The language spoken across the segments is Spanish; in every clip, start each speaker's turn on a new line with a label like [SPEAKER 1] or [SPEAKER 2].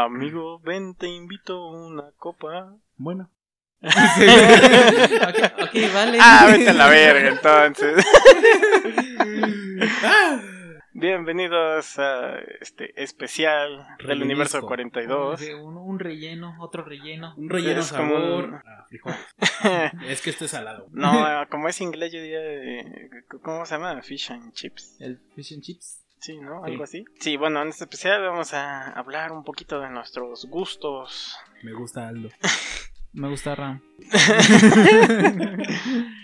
[SPEAKER 1] Amigo, ven, te invito a una copa.
[SPEAKER 2] Bueno.
[SPEAKER 3] ok, ok, vale.
[SPEAKER 1] Ah, vete a la verga, entonces.
[SPEAKER 3] Ah.
[SPEAKER 1] Bienvenidos a este especial del
[SPEAKER 2] Rellenisco.
[SPEAKER 1] universo 42.
[SPEAKER 3] Sí, uno- un relleno, otro relleno.
[SPEAKER 2] Un relleno
[SPEAKER 1] Es como
[SPEAKER 2] sabor
[SPEAKER 1] un-
[SPEAKER 2] a frijoles. Es que este es salado.
[SPEAKER 1] No, como es inglés, yo diría. eh, ¿Cómo se llama? Fish and chips.
[SPEAKER 3] El fish and chips.
[SPEAKER 1] Sí, ¿no?
[SPEAKER 3] Sí.
[SPEAKER 1] Algo así. Sí, bueno, en este especial vamos a hablar un poquito de nuestros gustos.
[SPEAKER 2] Me gusta Aldo.
[SPEAKER 3] Me gusta Ram.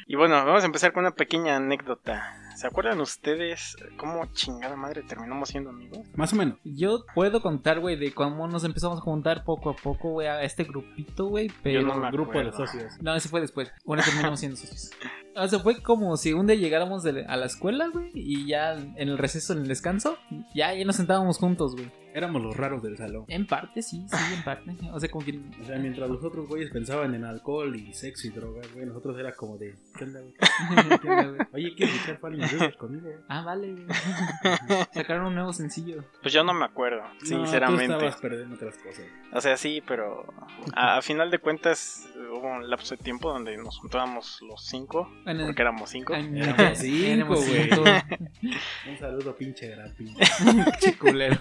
[SPEAKER 1] Y bueno, vamos a empezar con una pequeña anécdota. ¿Se acuerdan ustedes cómo chingada madre terminamos siendo amigos?
[SPEAKER 2] Más o menos.
[SPEAKER 3] Yo puedo contar, güey, de cómo nos empezamos a juntar poco a poco, güey, a este grupito, güey, pero...
[SPEAKER 1] no me
[SPEAKER 2] Grupo de
[SPEAKER 1] acuerdo.
[SPEAKER 2] socios.
[SPEAKER 3] No, ese fue después. Bueno, terminamos siendo socios. O sea, fue como si un día llegáramos de la- a la escuela, güey, y ya en el receso, en el descanso, ya, ya nos sentábamos juntos, güey.
[SPEAKER 2] Éramos los raros del salón.
[SPEAKER 3] En parte, sí, sí, en parte. O sea, como que...
[SPEAKER 2] O sea, mientras los otros güeyes pensaban en alcohol y sexo y drogas, güey, nosotros era como de, ¿qué onda, güey? Oye, ¿quieres echar Fall in Reverse conmigo?
[SPEAKER 3] ah, vale, güey. Sacaron un nuevo sencillo.
[SPEAKER 1] Pues yo no me acuerdo,
[SPEAKER 2] No, tú
[SPEAKER 1] sinceramente.
[SPEAKER 2] estabas perdiendo otras cosas.
[SPEAKER 1] O sea, sí, pero a, a final de cuentas hubo un lapso de tiempo donde nos juntábamos los cinco,
[SPEAKER 3] Bueno,
[SPEAKER 1] porque éramos cinco.
[SPEAKER 3] ay,
[SPEAKER 2] Éramos
[SPEAKER 3] mira,
[SPEAKER 2] cinco,
[SPEAKER 3] éramos
[SPEAKER 2] güey.
[SPEAKER 3] cinco.
[SPEAKER 2] Un saludo, pinche gran pinche.
[SPEAKER 3] Che culero.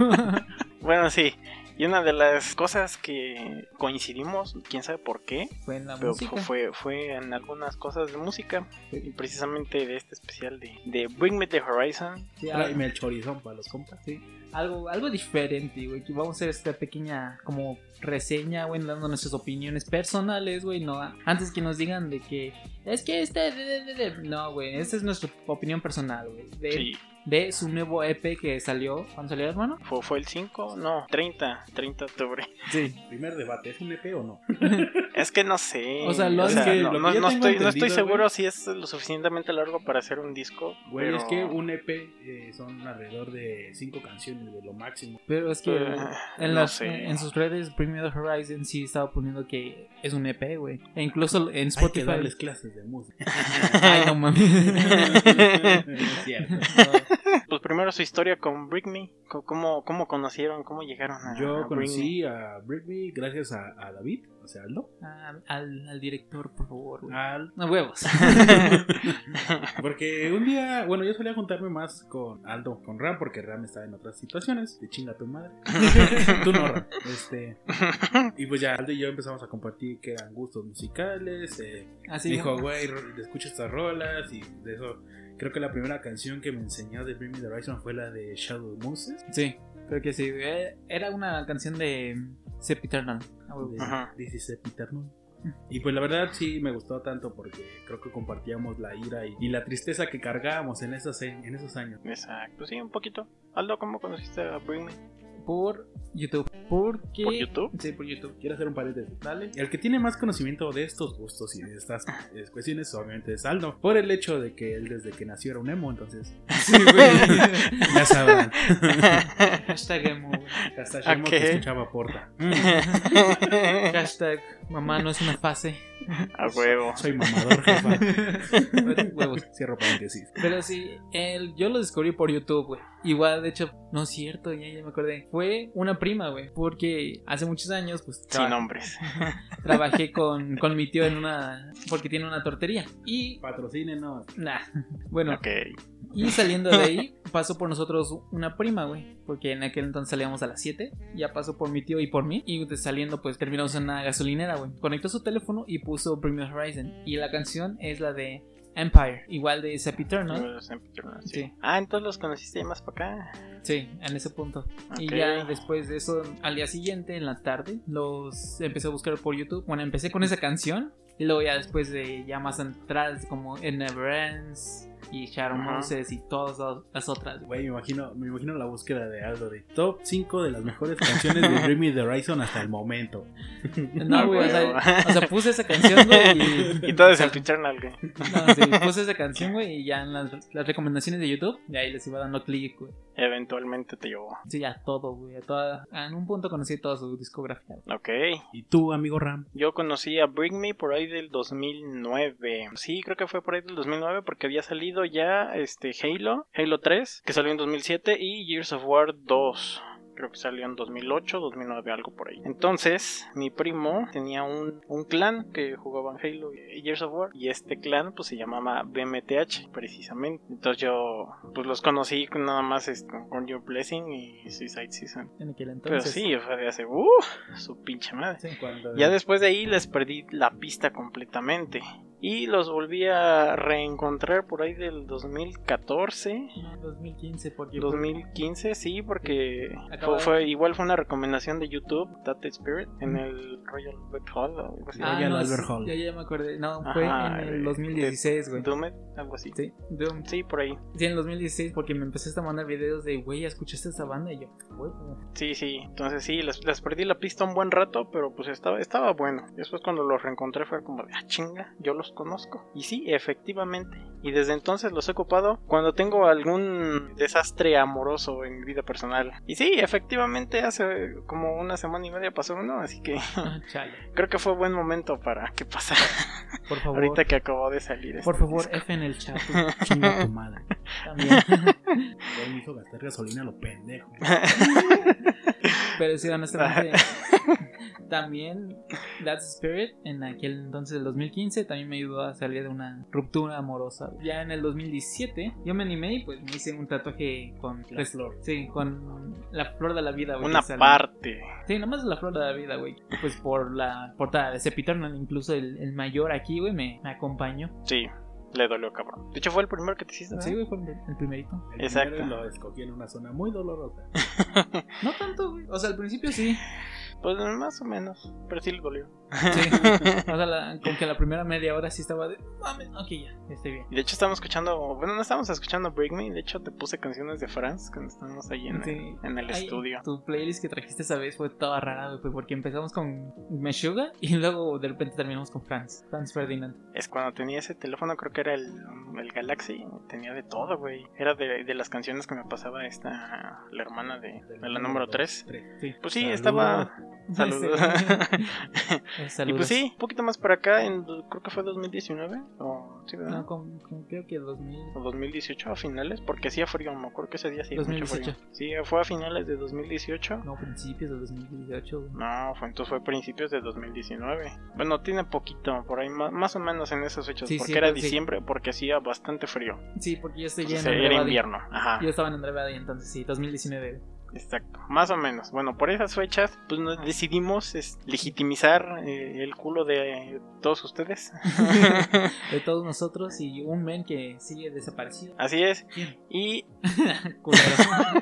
[SPEAKER 1] Bueno, sí. Y una de las cosas que coincidimos, quién sabe por qué,
[SPEAKER 3] Fue en la
[SPEAKER 1] pero
[SPEAKER 3] música.
[SPEAKER 1] fue, fue en algunas cosas de música, y precisamente de este especial de, de Bring Me the Horizon.
[SPEAKER 3] Sí, algo-
[SPEAKER 2] Tráeme el chorizón para los compas.
[SPEAKER 3] algo, algo diferente, güey. que Vamos a hacer esta pequeña como reseña, güey, dando nuestras opiniones personales, güey. No, a- antes que nos digan de que es que este, de- de- de- de". no, güey, esta es nuestra opinión personal, güey. De,
[SPEAKER 1] Sí,
[SPEAKER 3] de su nuevo EP que salió, ¿cuándo salió, hermano?
[SPEAKER 1] fue, fue el 5, no, 30, 30 de octubre.
[SPEAKER 3] Sí.
[SPEAKER 2] Primer debate, ¿es un EP o no?
[SPEAKER 1] Es que no sé.
[SPEAKER 3] O sea, lo- es que
[SPEAKER 1] no,
[SPEAKER 2] lo que
[SPEAKER 1] no-
[SPEAKER 2] yo
[SPEAKER 1] no
[SPEAKER 2] tengo
[SPEAKER 1] estoy, no estoy
[SPEAKER 2] entendido,
[SPEAKER 1] seguro
[SPEAKER 2] güey.
[SPEAKER 1] si es lo suficientemente largo para hacer un disco.
[SPEAKER 2] Güey,
[SPEAKER 1] pero-
[SPEAKER 2] es que un EP eh, son alrededor de cinco canciones, de lo máximo.
[SPEAKER 3] Pero es que
[SPEAKER 1] Eh,
[SPEAKER 3] en,
[SPEAKER 1] no
[SPEAKER 3] las-
[SPEAKER 1] sé.
[SPEAKER 3] en sus redes, Premier Horizon sí estaba poniendo que es un EP, güey. E incluso en
[SPEAKER 2] Hay que
[SPEAKER 3] Spotify.
[SPEAKER 2] darles clases de música.
[SPEAKER 3] Ay, no mames.
[SPEAKER 2] Es cierto.
[SPEAKER 1] Pues primero su historia con Bring Me. co- ¿Cómo, cómo conocieron? ¿Cómo llegaron a a
[SPEAKER 2] Yo
[SPEAKER 1] Bring Me?
[SPEAKER 2] conocí a Britney gracias a, a David, o sea, Aldo.
[SPEAKER 3] Ah, al, al director, por favor, güey.
[SPEAKER 2] Al-
[SPEAKER 3] No huevos.
[SPEAKER 2] porque un día, bueno, yo solía juntarme más con Aldo, con Ram, porque Ram estaba en otras situaciones. De chinga tu madre. Tú no, Ram. Este, y pues ya Aldo y yo empezamos a compartir que eran gustos musicales, eh,
[SPEAKER 3] Así
[SPEAKER 2] dijo, güey, ro- escucho estas rolas y de eso. Creo que la primera canción que me enseñó de Bring Me the Horizon fue la de Shadow Moses.
[SPEAKER 3] Sí, creo que sí. eh, Era una canción de Sepp Eternal. Ah, güey,
[SPEAKER 2] de
[SPEAKER 3] güey.
[SPEAKER 1] Ajá.
[SPEAKER 2] This is Epiternal. Y pues la verdad sí me gustó tanto porque creo que compartíamos la ira y, y la tristeza que cargábamos en esos, en esos años.
[SPEAKER 1] Exacto, sí, un poquito. Aldo, ¿cómo conociste a Bring Me?
[SPEAKER 3] Por YouTube. Porque...
[SPEAKER 1] ¿Por YouTube?
[SPEAKER 3] Sí, por YouTube.
[SPEAKER 2] Quiero hacer un paréntesis. El que tiene más conocimiento de estos gustos y de estas eh, cuestiones obviamente es Aldo. Por el hecho de que él desde que nació era un emo, entonces
[SPEAKER 3] Sí, güey.
[SPEAKER 2] ya sabrán.
[SPEAKER 3] Hashtag emo, güey.
[SPEAKER 2] Hasta Shemo
[SPEAKER 1] Ok.
[SPEAKER 2] que escuchaba Porta. Mm,
[SPEAKER 3] Hashtag mamá no es una fase.
[SPEAKER 1] a huevo.
[SPEAKER 2] soy mamador, jefa.
[SPEAKER 3] Huevos.
[SPEAKER 2] Cierro paréntesis.
[SPEAKER 3] Pero sí, el, yo lo descubrí por YouTube, güey. Igual, de hecho, no es cierto, ya, ya me acordé. Fue una prima, güey. Porque hace muchos años, pues,
[SPEAKER 1] Sin
[SPEAKER 3] traba-
[SPEAKER 1] nombres.
[SPEAKER 3] trabajé con, con mi tío en una... Porque tiene una tortería. Y...
[SPEAKER 2] Patrocínenos.
[SPEAKER 3] Nah. Bueno,
[SPEAKER 1] Ok.
[SPEAKER 3] Y saliendo de ahí, pasó por nosotros una prima, güey. Porque en aquel entonces salíamos a las 7. Ya pasó por mi tío y por mí. Y de- saliendo, pues terminamos en una gasolinera, güey. Conectó su teléfono y puso Premium Horizon. Y la canción es la de Empire. Igual de Zap Eternal.
[SPEAKER 1] Los Epiternal, sí.
[SPEAKER 3] Sí.
[SPEAKER 1] Ah, entonces los conociste ahí más para acá.
[SPEAKER 3] Sí, en ese punto. Y
[SPEAKER 1] Ok.
[SPEAKER 3] ya después de eso, al día siguiente, en la tarde, los empecé a buscar por YouTube. Bueno, empecé con esa canción. Y luego ya después de ya más atrás, como En Never Ends y Sharon
[SPEAKER 1] Ajá.
[SPEAKER 3] Moses y todas las- las otras, güey.
[SPEAKER 2] Güey, me imagino, me imagino la búsqueda de Aldo de top 5 de las mejores canciones de Dreamy the Horizon hasta el momento.
[SPEAKER 3] No,
[SPEAKER 1] Ah,
[SPEAKER 3] güey, o
[SPEAKER 1] huevo.
[SPEAKER 3] sea, o sea, puse esa canción, güey, y...
[SPEAKER 1] Y todo es
[SPEAKER 3] o sea,
[SPEAKER 1] Epiternal, güey.
[SPEAKER 3] no, sí, puse esa canción, güey, y ya en las, las recomendaciones de YouTube, y ahí les iba dando clic, güey.
[SPEAKER 1] Eventualmente te llevó.
[SPEAKER 3] Sí, a todo, güey, a toda... En un punto conocí toda su discografía.
[SPEAKER 1] Ok.
[SPEAKER 2] Y tú, amigo Ram,
[SPEAKER 1] Yo conocí a Bring Me por ahí del 2009. Sí, creo que fue por ahí del 2009 porque había salido ya este Halo, Halo 3, que salió en 2007 y Years of War 2. que creo que salió en 2008, 2009, algo por ahí. Entonces, mi primo tenía un, un clan que jugaban Halo y Gears of War, y este clan pues se llamaba BMTH, precisamente. Entonces yo pues los conocí con nada más este, con Your Blessing y Suicide Season.
[SPEAKER 3] En aquel
[SPEAKER 1] Pero
[SPEAKER 3] entonces.
[SPEAKER 1] sí, fue de hace, uh, su pinche madre.
[SPEAKER 2] Sí, en cuanto-
[SPEAKER 1] Ya después de ahí les perdí la pista completamente. Y los volví a reencontrar por ahí del 2014,
[SPEAKER 3] No, 2015, porque.
[SPEAKER 1] 2015, sí, porque fue,
[SPEAKER 3] Acababa-
[SPEAKER 1] fue- igual fue una recomendación de YouTube, Data Spirit, en el Royal Web Hall, o algo así.
[SPEAKER 3] Ah,
[SPEAKER 2] Royal
[SPEAKER 3] no,
[SPEAKER 2] Albert
[SPEAKER 3] sí,
[SPEAKER 2] Hall.
[SPEAKER 3] Ya, ya me acordé. No, fue
[SPEAKER 1] Ajá,
[SPEAKER 3] en el
[SPEAKER 1] eh,
[SPEAKER 3] 2016, güey.
[SPEAKER 1] Doomed, algo así.
[SPEAKER 3] Sí, Doom.
[SPEAKER 1] Sí, por ahí.
[SPEAKER 3] Sí, en el 2016, porque me empezaste a mandar videos de, güey, ¿escuchaste esta banda? Y yo, güey,
[SPEAKER 1] Sí, sí. Entonces sí, les, les perdí la pista un buen rato, pero pues estaba, estaba bueno. Después cuando los reencontré fue como de, ah, chinga, yo los conozco. Y sí, efectivamente. Y desde entonces los he ocupado cuando tengo algún desastre amoroso en mi vida personal. Y sí, efectivamente hace como una semana y media pasó uno, así que
[SPEAKER 3] ah, chale.
[SPEAKER 1] creo que fue buen momento para que pasara
[SPEAKER 3] Por favor,
[SPEAKER 1] ahorita que acabó de salir. este
[SPEAKER 3] por favor,
[SPEAKER 1] disco.
[SPEAKER 3] F en el chat.
[SPEAKER 2] Chinga tu madre.
[SPEAKER 3] También.
[SPEAKER 2] Ya me hizo gastar gasolina a lo pendejo.
[SPEAKER 3] Pero sí, honestamente, también That's Spirit en aquel entonces, el 2015, también me ayudó a salir de una ruptura amorosa. Ya en el 2017, yo me animé y pues me hice un tatuaje con
[SPEAKER 2] La
[SPEAKER 3] pues,
[SPEAKER 2] flor.
[SPEAKER 3] Sí, con la flor de la vida, güey.
[SPEAKER 1] Una
[SPEAKER 3] que sale.
[SPEAKER 1] parte.
[SPEAKER 3] Sí, nomás la flor de la vida, güey. Pues por la portada de Sepiternal, incluso el, el mayor aquí, güey, me, me acompañó.
[SPEAKER 1] Sí, le dolió cabrón. De hecho fue el primero que te hiciste. ¿no?
[SPEAKER 3] Sí, güey, fue el el primerito.
[SPEAKER 2] El
[SPEAKER 1] Exacto.
[SPEAKER 2] primero Lo escogí en una zona muy dolorosa.
[SPEAKER 3] No tanto, güey. O sea, al principio sí.
[SPEAKER 1] Pues más o menos, pero sí le dolió.
[SPEAKER 3] Sí. O sea, la- como que la primera media hora sí estaba de. Mames, ok, ya, ya estoy bien.
[SPEAKER 1] Y De hecho estamos escuchando, bueno, no estábamos escuchando Break Me, de hecho te puse canciones de France cuando estábamos ahí en,
[SPEAKER 3] Sí.
[SPEAKER 1] el, en el
[SPEAKER 3] Ay,
[SPEAKER 1] estudio.
[SPEAKER 3] Tu playlist que trajiste esa vez fue toda rara, güey, fue porque empezamos con Meshuga y luego de repente terminamos con Franz, Franz Ferdinand.
[SPEAKER 1] Es cuando tenía ese teléfono, creo que era el, el Galaxy, tenía de todo, güey. Era de, de las canciones que me pasaba esta, la hermana de, de la número 3. Pues sí,
[SPEAKER 2] Saludos.
[SPEAKER 1] estaba... Saludos.
[SPEAKER 3] Sí. Eh,
[SPEAKER 1] y
[SPEAKER 3] Saludos.
[SPEAKER 1] pues sí, un poquito más para acá, en, creo que fue 2019, o sí, ¿verdad?
[SPEAKER 3] No, con, con- creo que 2000.
[SPEAKER 1] O 2018 a finales, porque hacía frío, me acuerdo que ese día hacía mucho
[SPEAKER 3] 2018.
[SPEAKER 1] frío. Sí, fue a finales de 2018.
[SPEAKER 3] No, principios de 2018, güey.
[SPEAKER 1] No, fue, entonces fue principios de 2019. Bueno, tiene poquito, por ahí más, más o menos en esas fechas.
[SPEAKER 3] Sí,
[SPEAKER 1] porque
[SPEAKER 3] sí,
[SPEAKER 1] era
[SPEAKER 3] entonces sí.
[SPEAKER 1] diciembre, porque hacía bastante frío.
[SPEAKER 3] Sí, porque yo estoy
[SPEAKER 1] Entonces,
[SPEAKER 3] ya en
[SPEAKER 1] Pues era
[SPEAKER 3] Andrade.
[SPEAKER 1] invierno, ajá.
[SPEAKER 3] Yo estaba en Andrade entonces, sí, 2019. güey.
[SPEAKER 1] Exacto, más o menos. Bueno, por esas fechas, pues nos decidimos es, legitimizar eh, el culo de eh, todos ustedes.
[SPEAKER 3] De todos nosotros y un men que sigue desaparecido.
[SPEAKER 1] Así es.
[SPEAKER 2] ¿Quién?
[SPEAKER 1] Y,
[SPEAKER 3] Culero.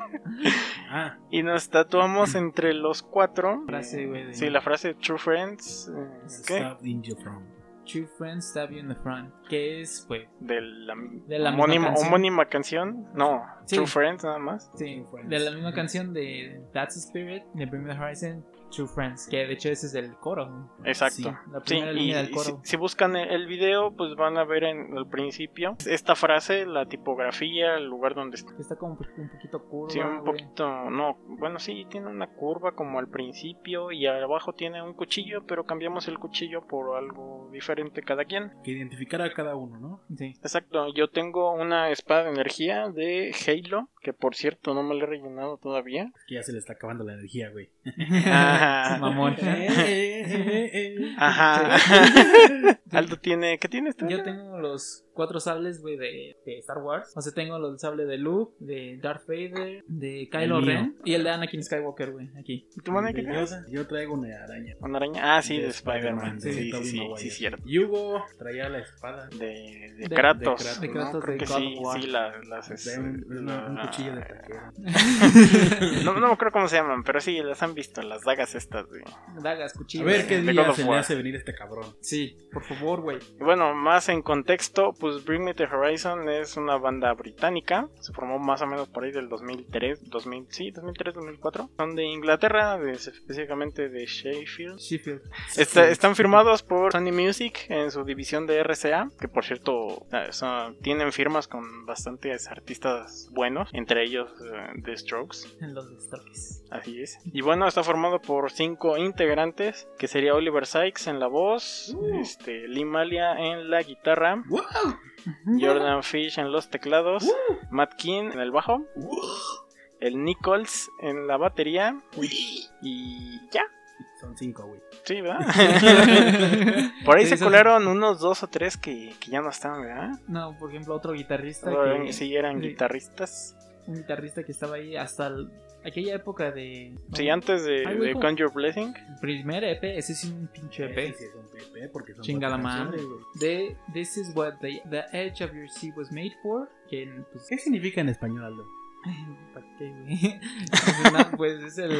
[SPEAKER 2] Ah,
[SPEAKER 1] y nos tatuamos entre los cuatro.
[SPEAKER 3] Frase, güey, de-
[SPEAKER 1] Sí, la frase True Friends. eh, ¿Qué?
[SPEAKER 2] Stop in your from.
[SPEAKER 3] True friends stab you in the front. Que es, pues,
[SPEAKER 1] De la,
[SPEAKER 3] De la misma
[SPEAKER 1] homónima,
[SPEAKER 3] canción.
[SPEAKER 1] homónima canción. No,
[SPEAKER 3] Sí.
[SPEAKER 1] True Friends nada más.
[SPEAKER 3] Sí,
[SPEAKER 2] True Friends.
[SPEAKER 3] de la misma
[SPEAKER 2] Ujú.
[SPEAKER 3] canción de That's the Spirit, de Bring Me the Horizon, True Friends, que de hecho ese es el coro. ¿no?
[SPEAKER 1] Exacto.
[SPEAKER 3] Sí, la
[SPEAKER 1] Sí,
[SPEAKER 3] primera
[SPEAKER 1] y,
[SPEAKER 3] línea del
[SPEAKER 1] y si,
[SPEAKER 3] coro.
[SPEAKER 1] si buscan el, el video, pues van a ver en el principio esta frase, la tipografía, el lugar donde está.
[SPEAKER 3] Está como un poquito curva.
[SPEAKER 1] Sí, un
[SPEAKER 3] güey.
[SPEAKER 1] poquito, no, bueno, sí, tiene una curva como al principio y abajo tiene un cuchillo, pero cambiamos el cuchillo por algo diferente cada quien.
[SPEAKER 2] Que identificar a cada uno, ¿no?
[SPEAKER 3] Sí.
[SPEAKER 1] Exacto, yo tengo una espada de energía de Halo, que por cierto no me la he rellenado todavía.
[SPEAKER 2] Que ya se le está acabando la energía, güey. Eh,
[SPEAKER 1] Ajá.
[SPEAKER 3] Mamón.
[SPEAKER 1] Ajá. Aldo tiene, ¿qué tiene este?
[SPEAKER 3] Yo tengo los cuatro sables, güey, de, de Star Wars. O sea, tengo el sable de Luke, de Darth Vader, de Kylo
[SPEAKER 2] mío.
[SPEAKER 3] Ren y el de Anakin Skywalker, güey, aquí.
[SPEAKER 1] ¿Tu mano qué
[SPEAKER 2] De
[SPEAKER 1] tienes?
[SPEAKER 2] Yoda. Yo traigo una araña.
[SPEAKER 1] ¿Una araña? Ah, sí, de,
[SPEAKER 2] De
[SPEAKER 1] Spider-Man.
[SPEAKER 2] Spider-Man, de
[SPEAKER 1] sí, sí,
[SPEAKER 2] Tobey
[SPEAKER 1] sí,
[SPEAKER 2] Maguire.
[SPEAKER 1] sí, cierto.
[SPEAKER 2] Y Hugo traía la espada.
[SPEAKER 1] De, de
[SPEAKER 3] De-
[SPEAKER 1] Kratos.
[SPEAKER 2] de Kratos,
[SPEAKER 1] ¿no?
[SPEAKER 3] de Kratos,
[SPEAKER 1] Creo
[SPEAKER 3] de
[SPEAKER 1] que
[SPEAKER 3] God
[SPEAKER 1] sí,
[SPEAKER 3] of War.
[SPEAKER 1] sí, las. las es-
[SPEAKER 2] Traía un, una- un
[SPEAKER 1] la-
[SPEAKER 2] cuchillo de taquero.
[SPEAKER 1] No, no me acuerdo cómo se llaman, pero sí, las han visto, las dagas estas. güey.
[SPEAKER 3] Dagas,
[SPEAKER 2] A
[SPEAKER 3] cuchillos.
[SPEAKER 2] ver qué
[SPEAKER 1] de God
[SPEAKER 2] día
[SPEAKER 1] of
[SPEAKER 2] se le
[SPEAKER 1] War.
[SPEAKER 2] hace venir este cabrón.
[SPEAKER 3] Sí, por favor, güey.
[SPEAKER 1] Y bueno, más en contexto, pues Bring Me the Horizon es una banda británica. Se formó más o menos por ahí del 2003, 2000, sí, 2003, 2004. Son de Inglaterra, de- específicamente de Sheffield.
[SPEAKER 3] Sheffield.
[SPEAKER 1] Está- Este, están firmados por Sony Music en su división de RCA, que por cierto o sea, tienen firmas con bastantes artistas buenos, entre ellos eh, The Strokes,
[SPEAKER 3] Los destrozos.
[SPEAKER 1] así es. Y bueno, está formado por cinco integrantes, que sería Oliver Sykes en la voz,
[SPEAKER 2] Uh.
[SPEAKER 1] este, Lee Malia en la guitarra,
[SPEAKER 2] ¡Wow!
[SPEAKER 1] Uh. Jordan Fish en los teclados, Matt King en el bajo. el Nichols en la batería y ya.
[SPEAKER 2] Son cinco, güey.
[SPEAKER 1] Sí, ¿verdad? Por ahí se colaron unos dos o tres que, que ya no están, ¿verdad?
[SPEAKER 3] No, por ejemplo, otro guitarrista.
[SPEAKER 1] Eran-
[SPEAKER 3] que-
[SPEAKER 1] sí, eran
[SPEAKER 3] sí.
[SPEAKER 1] guitarristas.
[SPEAKER 3] Un guitarrista que estaba ahí hasta el- aquella época de.
[SPEAKER 1] Sí, antes de,
[SPEAKER 3] Ay, güey,
[SPEAKER 1] de
[SPEAKER 3] ¿cómo?
[SPEAKER 1] Conjure Blessing.
[SPEAKER 3] El primer EP, ese es un pinche EP.
[SPEAKER 2] Ese Eh, sí es un PP porque son
[SPEAKER 3] Chingada
[SPEAKER 2] cuatro
[SPEAKER 3] madre.
[SPEAKER 2] canciones, güey.
[SPEAKER 3] De This is what the, the edge of your sea was made for. Que pues,
[SPEAKER 2] ¿Qué significa en español, Aldo?
[SPEAKER 3] ¿Para qué, güey? Pues, na- pues es el.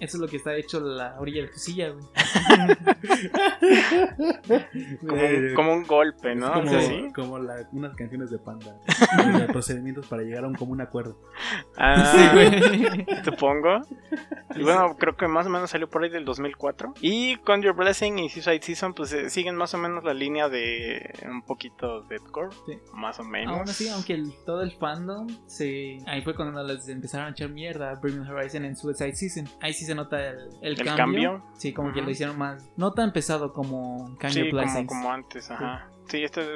[SPEAKER 3] Eso es lo que está hecho la orilla de tu silla, güey.
[SPEAKER 1] Como,
[SPEAKER 2] Eh,
[SPEAKER 1] un- como un golpe,
[SPEAKER 2] es
[SPEAKER 1] ¿no?
[SPEAKER 2] como,
[SPEAKER 1] Algo así.
[SPEAKER 2] como la- unas canciones de Panda. de procedimientos para llegar a un común acuerdo.
[SPEAKER 1] Ah,
[SPEAKER 3] Sí, güey.
[SPEAKER 1] supongo. Y bueno, creo que más o menos salió por ahí del 2004. Y Conjure Blessing y Suicide Season, pues eh, siguen más o menos la línea de un poquito deathcore.
[SPEAKER 3] Sí.
[SPEAKER 1] Más o menos.
[SPEAKER 3] Aún así, aunque el- todo el fandom se. Ahí fue cuando les empezaron a echar mierda a Bring Horizon en Suicide Season. Ahí sí se nota el, el
[SPEAKER 1] El
[SPEAKER 3] cambio.
[SPEAKER 1] cambio.
[SPEAKER 3] Sí, como que
[SPEAKER 1] Ajá.
[SPEAKER 3] lo hicieron más. No tan pesado como Kanye
[SPEAKER 1] Sí, como,
[SPEAKER 3] Blessings.
[SPEAKER 1] como antes, ajá. Sí, esta es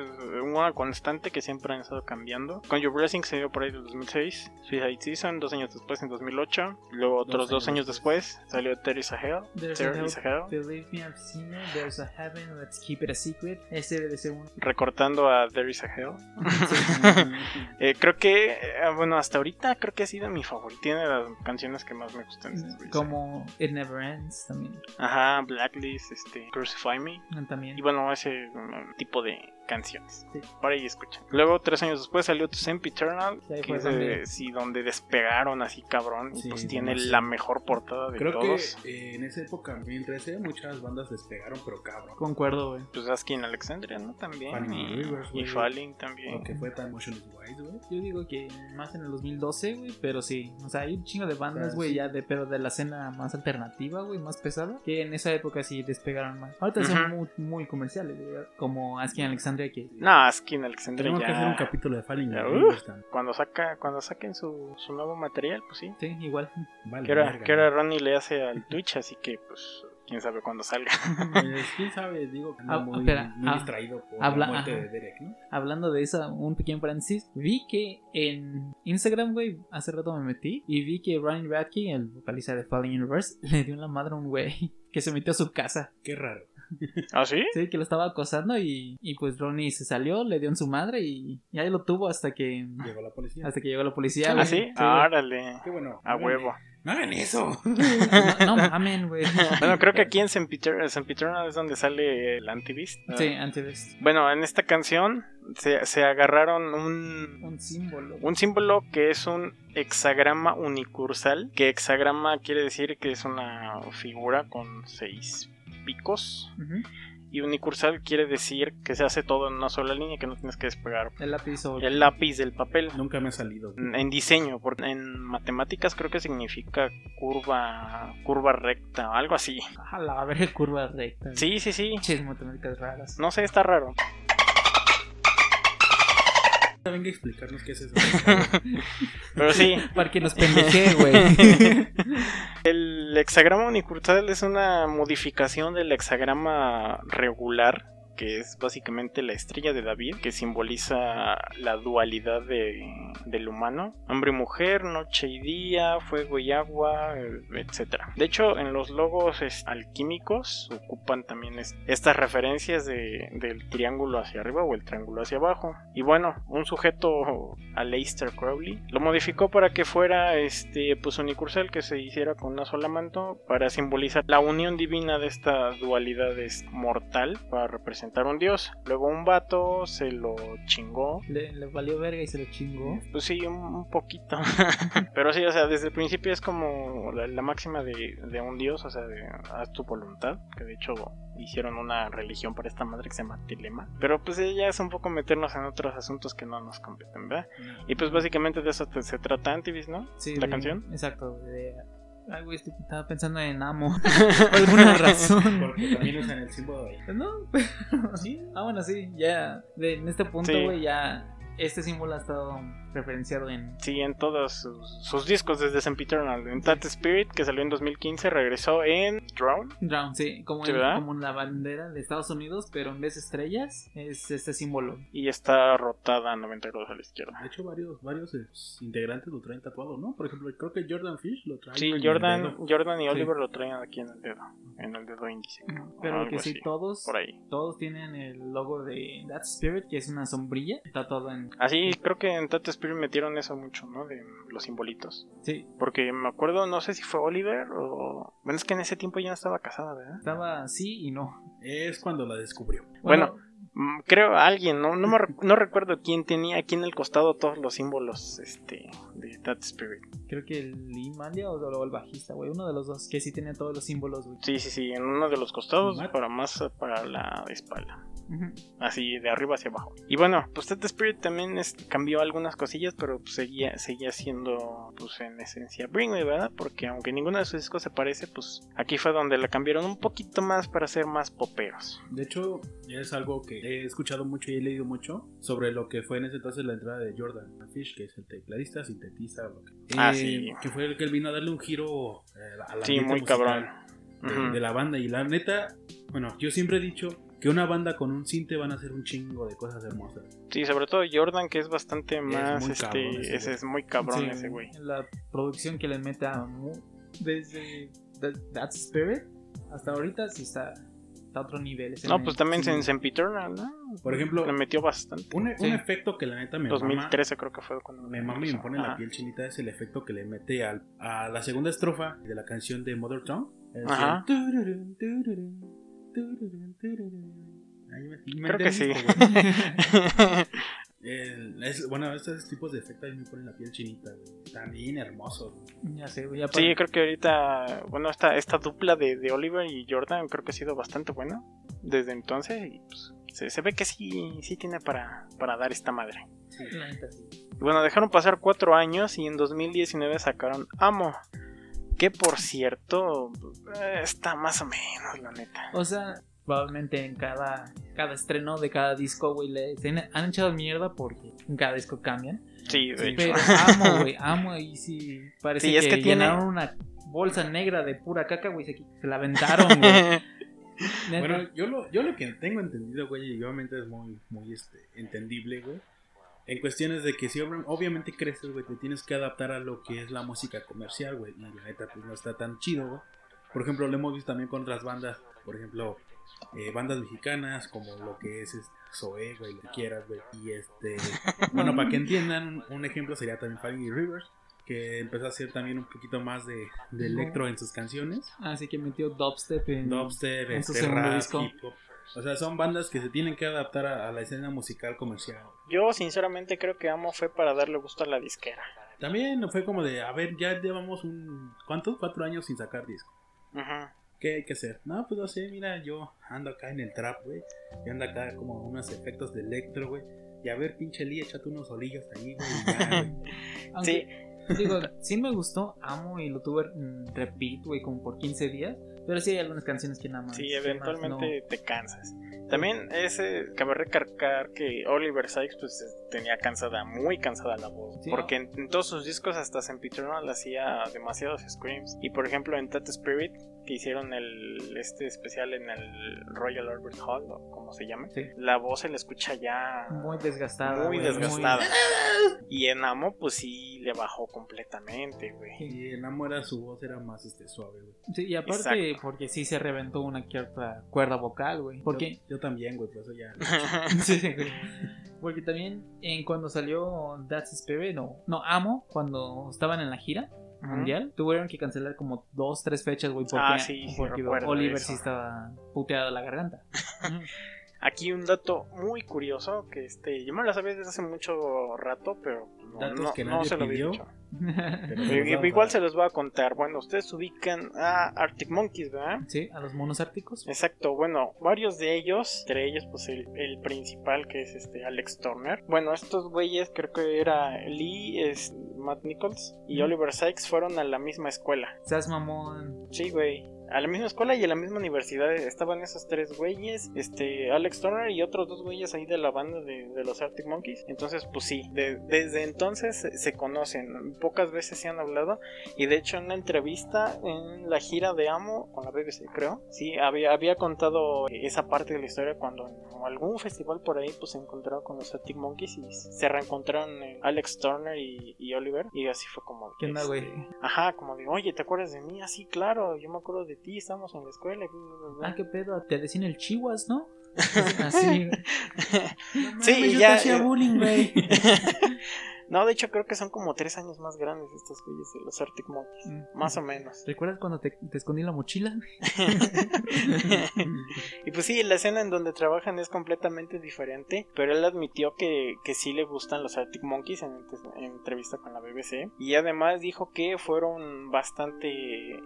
[SPEAKER 1] una constante que siempre han estado cambiando. Con Your Blessing se dio por ahí en 2006, Suicide Season dos años después en 2008, luego otros dos años después salió Terry is a Hell.
[SPEAKER 3] There's
[SPEAKER 1] There
[SPEAKER 3] a
[SPEAKER 1] is a
[SPEAKER 3] hell,
[SPEAKER 1] hell.
[SPEAKER 3] Believe me, I've seen it. There's a heaven. Let's keep it a secret. Ese debe de ser uno.
[SPEAKER 1] Recortando a There is a Hell.
[SPEAKER 3] Sí.
[SPEAKER 1] Eh, creo que, eh, bueno, hasta ahorita creo que ha sido mi favorito. Tiene las canciones que más me gustan. de Suicide.
[SPEAKER 3] como It Never Ends también.
[SPEAKER 1] Ajá, Blacklist, este, Crucify Me.
[SPEAKER 3] También.
[SPEAKER 1] Y bueno, ese mm, tipo de canciones.
[SPEAKER 3] Sí.
[SPEAKER 1] Para ahí escucha. Luego, tres años después, salió To Semp Eternal.
[SPEAKER 3] Sí, ahí
[SPEAKER 1] que
[SPEAKER 3] fue
[SPEAKER 1] es de-
[SPEAKER 3] donde-
[SPEAKER 1] sí, donde despegaron así cabrón. y
[SPEAKER 2] Sí,
[SPEAKER 1] pues tiene
[SPEAKER 2] demasiado.
[SPEAKER 1] la mejor portada de
[SPEAKER 2] Creo que
[SPEAKER 1] todos.
[SPEAKER 2] eh, en esa época, 2013, muchas bandas despegaron, pero cabrón.
[SPEAKER 3] Concuerdo, güey.
[SPEAKER 1] Pues Askin Alexandria, ¿no? También.
[SPEAKER 2] Falling
[SPEAKER 1] y
[SPEAKER 2] Rivers,
[SPEAKER 1] y
[SPEAKER 2] güey.
[SPEAKER 1] Falling también.
[SPEAKER 2] Lo que fue tan Motion is Wise, güey.
[SPEAKER 3] Yo digo que más en el 2012, güey, pero sí. O sea, hay un chingo de bandas,
[SPEAKER 2] Claro,
[SPEAKER 3] güey,
[SPEAKER 2] sí.
[SPEAKER 3] ya de, pero de la escena más alternativa, güey, más pesada, que en esa época sí despegaron más. Ahorita son
[SPEAKER 1] Ujú.
[SPEAKER 3] muy, muy comerciales, güey, como Asking Alexandria, que
[SPEAKER 1] No, Askin Alexandria
[SPEAKER 2] Tenemos
[SPEAKER 1] ya.
[SPEAKER 2] que hacer un capítulo de Falling
[SPEAKER 1] Ya,
[SPEAKER 2] Rivers también.
[SPEAKER 1] Cuando, saca, cuando saquen su, su nuevo material, pues sí.
[SPEAKER 3] sí, igual.
[SPEAKER 2] Vale,
[SPEAKER 1] Que ahora,
[SPEAKER 2] verga,
[SPEAKER 1] que ahora Ronnie le hace al Twitch, así que pues quién sabe cuándo salga.
[SPEAKER 2] Pues, quién sabe, digo, anda
[SPEAKER 3] Ah,
[SPEAKER 2] muy,
[SPEAKER 3] espera,
[SPEAKER 2] muy
[SPEAKER 3] ah,
[SPEAKER 2] distraído por
[SPEAKER 3] habla-
[SPEAKER 2] la muerte
[SPEAKER 3] ajá.
[SPEAKER 2] de Derek, ¿no?
[SPEAKER 3] Hablando de esa, un pequeño paréntesis, vi que en Instagram, güey, hace rato me metí y vi que Ryan Radke, el vocalista de Falling Universe, le dio la madre a un güey que se metió a su casa.
[SPEAKER 2] Qué raro.
[SPEAKER 1] ¿Ah, sí?
[SPEAKER 3] Sí, que lo estaba acosando y, y pues Ronnie se salió, le dio en su madre y, y ahí lo tuvo hasta que
[SPEAKER 2] Llegó la policía.
[SPEAKER 3] hasta que llegó la policía. güey.
[SPEAKER 1] ¿Ah, sí?
[SPEAKER 3] güey.
[SPEAKER 1] Árale.
[SPEAKER 2] Qué bueno.
[SPEAKER 1] A
[SPEAKER 2] no hagan-
[SPEAKER 1] huevo.
[SPEAKER 2] No hagan eso.
[SPEAKER 3] No, no mamen, güey.
[SPEAKER 1] Bueno, creo que aquí en St. Peter, St. Peter es donde sale el antivist. ¿no?
[SPEAKER 3] Sí, antes de esto.
[SPEAKER 1] Bueno, en esta canción se, se agarraron un,
[SPEAKER 3] Un símbolo.
[SPEAKER 1] un símbolo que es un hexagrama unicursal, que hexagrama quiere decir que es una figura con seis picos.
[SPEAKER 3] Ujú.
[SPEAKER 1] Y unicursal quiere decir que se hace todo en una sola línea, que no tienes que despegar
[SPEAKER 3] El lápiz o...
[SPEAKER 1] el lápiz del papel.
[SPEAKER 2] Nunca me ha salido.
[SPEAKER 1] En diseño, porque en matemáticas creo que significa curva, curva recta, algo así.
[SPEAKER 3] Ah, la verga curva recta. güey.
[SPEAKER 1] Sí, sí, sí.
[SPEAKER 3] Pinches matemáticas raras.
[SPEAKER 1] No sé, está raro.
[SPEAKER 2] Ahorita Venga a explicarnos qué es eso.
[SPEAKER 1] Pero sí,
[SPEAKER 3] Para que nos pendeje, güey.
[SPEAKER 1] el hexagrama unicursal es una modificación del hexagrama regular, que es básicamente la estrella de David, que simboliza la dualidad de- del humano. Hombre y mujer, noche y día, fuego y agua, etc. De hecho, en los logos es- alquímicos ocupan también es- estas referencias de- del triángulo hacia arriba o el triángulo hacia abajo. Y bueno, un sujeto a Leicester Crowley lo modificó para que fuera este pues unicursal que se hiciera con una sola manto para simbolizar la unión divina de esta dualidad es- mortal para representar un dios. Luego un vato se lo chingó
[SPEAKER 3] le, le valió verga y se lo chingó.
[SPEAKER 1] pues sí, un, un poquito. Pero sí, o sea, desde el principio es como la, la máxima de, de un dios, o sea, de haz tu voluntad, que de hecho hicieron una religión para esta madre que se llama Telema. Pero pues eh, ya es un poco meternos en otros asuntos que no nos competen, ¿verdad? Y pues básicamente de eso te- se trata Antivis, ¿no?
[SPEAKER 3] Sí,
[SPEAKER 1] ¿La
[SPEAKER 3] de-
[SPEAKER 1] canción?
[SPEAKER 3] Exacto. De... Ay, güey, estoy- estaba pensando en Amo. Por alguna razón.
[SPEAKER 2] Porque también usan el símbolo de
[SPEAKER 3] No, pues, pero sí. Ah, bueno, sí, ya. de- en este punto,
[SPEAKER 1] Sí.
[SPEAKER 3] güey, ya. Este símbolo ha estado referenciado en...
[SPEAKER 1] Sí, en todos sus, sus discos desde St. Eternal. En Tat Spirit, que salió en 2015, regresó en Drone.
[SPEAKER 3] Drown, sí, como,
[SPEAKER 1] Sí,
[SPEAKER 3] en-
[SPEAKER 1] ¿verdad?
[SPEAKER 3] como en la bandera de Estados Unidos, pero en vez de estrellas es este símbolo.
[SPEAKER 1] Y está rotada 90 grados a la izquierda.
[SPEAKER 2] De hecho, varios, varios eh, integrantes lo traen tatuado, ¿no? Por ejemplo, creo que Jordan Fish lo trae.
[SPEAKER 1] Sí,
[SPEAKER 2] en el
[SPEAKER 1] Jordan,
[SPEAKER 2] dedo.
[SPEAKER 1] Jordan y
[SPEAKER 3] Sí.
[SPEAKER 1] Oliver lo traen aquí en el dedo. En el dedo índice.
[SPEAKER 3] Pero
[SPEAKER 1] Algo
[SPEAKER 3] que sí,
[SPEAKER 1] así,
[SPEAKER 3] todos,
[SPEAKER 1] Por ahí.
[SPEAKER 3] todos tienen el logo de That Spirit, que es una sombrilla tatuada en...
[SPEAKER 1] Así, creo que en Tat Spirit metieron eso mucho, ¿no? De los simbolitos.
[SPEAKER 3] Sí,
[SPEAKER 1] Porque me acuerdo, no sé si fue Oliver o. Bueno, es que en ese tiempo ya no estaba casada, ¿verdad?
[SPEAKER 3] estaba así y no.
[SPEAKER 2] Es cuando la descubrió.
[SPEAKER 1] Bueno, Mm, Creo alguien, no, no, me rec- no recuerdo quién tenía aquí en el costado todos los símbolos este, de That Spirit.
[SPEAKER 3] Creo que el Imandia o, o el bajista, güey. Uno de los dos que sí tenía todos los símbolos, güey.
[SPEAKER 1] Sí, sí, sí, en uno de los costados,
[SPEAKER 2] What?
[SPEAKER 1] para más eh, para la espalda.
[SPEAKER 3] Ujú.
[SPEAKER 1] Así de arriba hacia abajo. Y bueno, pues That Spirit también es- cambió algunas cosillas, pero pues, seguía, seguía siendo, pues en esencia, Bring Me, ¿verdad? Porque aunque ninguno de sus discos se parece, pues aquí fue donde la cambiaron un poquito más para ser más poperos.
[SPEAKER 2] De hecho, es algo que he escuchado mucho y he leído mucho sobre lo que fue en ese entonces la entrada de Jordan Fish, que es el tecladista, sintetiza, lo que,
[SPEAKER 1] Ah,
[SPEAKER 2] Eh,
[SPEAKER 1] sí.
[SPEAKER 2] que fue el que vino a darle un giro eh, a la
[SPEAKER 1] Sí,
[SPEAKER 2] ambiente
[SPEAKER 1] muy
[SPEAKER 2] musical
[SPEAKER 1] cabrón.
[SPEAKER 2] de,
[SPEAKER 1] Ujú.
[SPEAKER 2] de la banda. Y la neta, bueno, yo siempre he dicho que una banda con un cinte van a hacer un chingo de cosas hermosas.
[SPEAKER 1] Sí, sobre todo Jordan, que es bastante más,
[SPEAKER 2] muy
[SPEAKER 1] este,
[SPEAKER 2] cabrón ese
[SPEAKER 1] ese
[SPEAKER 2] güey.
[SPEAKER 1] es muy cabrón
[SPEAKER 3] Sí,
[SPEAKER 1] ese güey.
[SPEAKER 3] La producción que le mete a Mu desde That- That Spirit hasta ahorita sí está, está a otro nivel. ese
[SPEAKER 1] No,
[SPEAKER 3] men.
[SPEAKER 1] pues también
[SPEAKER 3] Sí.
[SPEAKER 1] en Sempiternal, ¿no?
[SPEAKER 2] Por ejemplo,
[SPEAKER 1] Le metió bastante.
[SPEAKER 2] un, un
[SPEAKER 3] Sí.
[SPEAKER 2] efecto que la neta me mama
[SPEAKER 1] 2013 creo que fue cuando...
[SPEAKER 2] me mama y me pone
[SPEAKER 1] Ajá.
[SPEAKER 2] la piel chinita es el efecto que le mete al- a la segunda estrofa de la canción de Mother Tongue. Es el-
[SPEAKER 1] Ajá.
[SPEAKER 2] tururún, tururún, tururún, tururún. Ahí me- me
[SPEAKER 1] Creo que sí.
[SPEAKER 2] entendiste, güey. El- es- bueno, estos tipos de efectos a mí me ponen la piel chinita, güey. Están bien hermosos. güey.
[SPEAKER 3] Ya sé, güey, ya
[SPEAKER 1] sí,
[SPEAKER 3] para-
[SPEAKER 1] creo que ahorita, bueno, esta, esta dupla de, de Oliver y Jordan creo que ha sido bastante buena desde entonces y pues, se, se ve que sí, sí tiene para, para dar esta madre.
[SPEAKER 3] la neta, sí.
[SPEAKER 1] Y bueno, dejaron pasar cuatro años y en 2019 sacaron Amo. Que por cierto, eh, está más o menos, la neta.
[SPEAKER 3] O sea, probablemente en cada, cada estreno de cada disco, güey, le se han- han echado mierda porque en cada disco cambian.
[SPEAKER 1] Sí, de hecho.
[SPEAKER 3] Pero amo, güey, amo y sí. Parece
[SPEAKER 1] Sí, es
[SPEAKER 3] que,
[SPEAKER 1] que tiene-
[SPEAKER 3] llenaron una bolsa negra de pura caca, güey, se, se la aventaron, güey. Neta.
[SPEAKER 2] Bueno, yo lo, yo lo que tengo entendido, güey, y obviamente es muy, muy este, entendible, güey. En cuestiones de que si obvi- obviamente creces, güey, te tienes que adaptar a lo que es la música comercial, güey. Y la neta, pues no está tan chido, güey. Por ejemplo, lo hemos visto también con otras bandas, por ejemplo, eh, bandas mexicanas, como lo que es este, Zoé, güey, lo que quieras, güey. Y este, bueno, para que entiendan, un ejemplo sería también Fanny Rivers, que empezó a hacer también un poquito más de, de electro en sus canciones
[SPEAKER 3] Así Ah, que metió dubstep en...
[SPEAKER 2] dubstep,
[SPEAKER 3] En su
[SPEAKER 2] este,
[SPEAKER 3] segundo
[SPEAKER 2] rap,
[SPEAKER 3] disco.
[SPEAKER 2] hip hop. O sea, son bandas que se tienen que adaptar a, a la escena musical comercial.
[SPEAKER 1] Yo sinceramente creo que Amo fue para darle gusto a la disquera.
[SPEAKER 2] También fue como de, a ver, ya llevamos un... ¿Cuántos? Cuatro años sin sacar disco.
[SPEAKER 1] Ajá.
[SPEAKER 2] ¿Qué hay que hacer? No, pues no sé, mira, yo ando acá en el trap, güey. Y ando acá como unos efectos de electro, güey. Y a ver, pinche Lee, échate unos olillos ahí, güey. y ya, güey.
[SPEAKER 3] Aunque- Digo, sí me gustó, amo y lo tuve mm, repeat, güey, como por 15 días. Pero sí hay algunas canciones que nada más.
[SPEAKER 1] Sí,
[SPEAKER 3] que más no.
[SPEAKER 1] eventualmente te cansas. También ese cabe recargar que Oliver Sykes pues tenía cansada, muy cansada la voz,
[SPEAKER 3] Sí,
[SPEAKER 1] porque en, en todos sus discos hasta Sempiternal hacía demasiados screams y por ejemplo en Tat Spirit que hicieron el este especial en el Royal Albert Hall o como se llame,
[SPEAKER 3] Sí.
[SPEAKER 1] la voz se le escucha ya
[SPEAKER 3] Muy desgastada.
[SPEAKER 1] muy
[SPEAKER 3] güey,
[SPEAKER 1] desgastada. Y en Amo pues sí le bajó completamente, güey.
[SPEAKER 2] Y en Amo era su voz, era más este, suave, güey.
[SPEAKER 3] Sí, y aparte,
[SPEAKER 1] Exacto.
[SPEAKER 3] porque sí se reventó una cierta cuerda vocal, güey. Porque,
[SPEAKER 2] Yo, yo también, güey, por eso ya...
[SPEAKER 3] Sí, güey. porque también en cuando salió That's Spirit, no, no, amo, cuando estaban en la gira. Mundial, tuvieron que cancelar como dos, tres fechas, güey, porque,
[SPEAKER 1] Ah, sí, sí,
[SPEAKER 3] porque
[SPEAKER 1] recuerdo
[SPEAKER 3] Oliver
[SPEAKER 1] eso.
[SPEAKER 3] sí estaba puteado de la garganta.
[SPEAKER 1] Aquí un dato muy curioso que este, yo me lo sabía desde hace mucho rato, pero no,
[SPEAKER 2] Datos
[SPEAKER 1] no-
[SPEAKER 2] que
[SPEAKER 1] no
[SPEAKER 2] nadie
[SPEAKER 1] se lo había
[SPEAKER 2] pidió.
[SPEAKER 1] dicho.
[SPEAKER 2] pero
[SPEAKER 1] Eh,
[SPEAKER 2] nos vamos
[SPEAKER 1] Igual
[SPEAKER 2] a-
[SPEAKER 1] se los voy a contar. Bueno, ustedes ubican a Arctic Monkeys, ¿verdad?
[SPEAKER 3] sí, a los monos árticos.
[SPEAKER 1] Exacto, bueno, varios de ellos, entre ellos pues el, el principal que es este Alex Turner. Bueno, estos güeyes creo que era Lee, es Matt Nichols y
[SPEAKER 3] Mm.
[SPEAKER 1] Oliver Sykes fueron a la misma escuela.
[SPEAKER 3] Seas mamón.
[SPEAKER 1] Sí, güey. a la misma escuela y a la misma universidad estaban esos tres güeyes, este, Alex Turner y otros dos güeyes ahí de la banda de, de los Arctic Monkeys. Entonces, pues sí, de- desde entonces se, se conocen, pocas veces se han hablado y de hecho en una entrevista en la gira de Amo con la BBC, creo, sí, había, había contado esa parte de la historia cuando en algún festival por ahí pues se encontraron con los Arctic Monkeys y se reencontraron eh, Alex Turner y, y Oliver y así fue como...
[SPEAKER 3] ¿Qué onda,
[SPEAKER 1] este,
[SPEAKER 3] güey?
[SPEAKER 1] Ajá, como de, oye, ¿te acuerdas de mí? Así, claro, yo me acuerdo de ti, estamos en la escuela. y bla, bla, bla".
[SPEAKER 3] Ah, qué pedo, te decían el Chihuas, ¿no? Así.
[SPEAKER 1] Sí,
[SPEAKER 3] mames,
[SPEAKER 1] ya,
[SPEAKER 3] yo te hacía
[SPEAKER 1] eh.
[SPEAKER 3] bullying, güey.
[SPEAKER 1] no, de hecho creo que son como tres años más grandes estos güeyes de los Arctic Monkeys, más o menos.
[SPEAKER 3] ¿Recuerdas cuando te, te escondí la mochila?
[SPEAKER 1] y pues sí, la escena en donde trabajan es completamente diferente, pero él admitió que, que sí le gustan los Arctic Monkeys en, ent- en entrevista con la BBC. Y además dijo que fueron bastante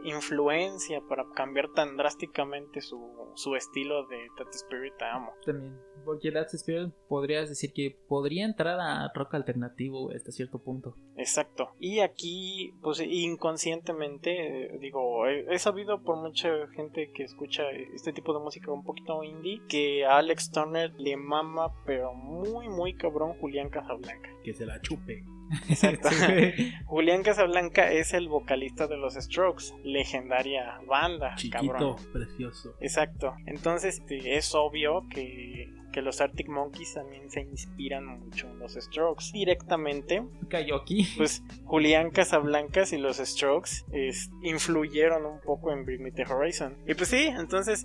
[SPEAKER 1] influencia para cambiar tan drásticamente su, su estilo de Tat Spirit a Amo.
[SPEAKER 3] También. Porque That's Spirit podrías decir que podría entrar a rock alternativo hasta cierto punto.
[SPEAKER 1] Exacto. Y aquí, pues inconscientemente, eh, digo, he, he sabido por mucha gente que escucha este tipo de música un poquito indie, que a Alex Turner le mama, pero muy, muy cabrón Julián Casablanca.
[SPEAKER 2] Que se la chupe.
[SPEAKER 1] Exacto.
[SPEAKER 3] Sí, güey.
[SPEAKER 1] Julián Casablanca es el vocalista de los Strokes, legendaria banda,
[SPEAKER 2] Chiquito,
[SPEAKER 1] cabrón.
[SPEAKER 2] precioso.
[SPEAKER 1] Exacto. Entonces este, es obvio que, que los Arctic Monkeys también se inspiran mucho en los Strokes directamente
[SPEAKER 3] Cayó aquí.
[SPEAKER 1] pues Julián Casablancas y los Strokes es- influyeron un poco en Bring Me the Horizon. Y pues sí, entonces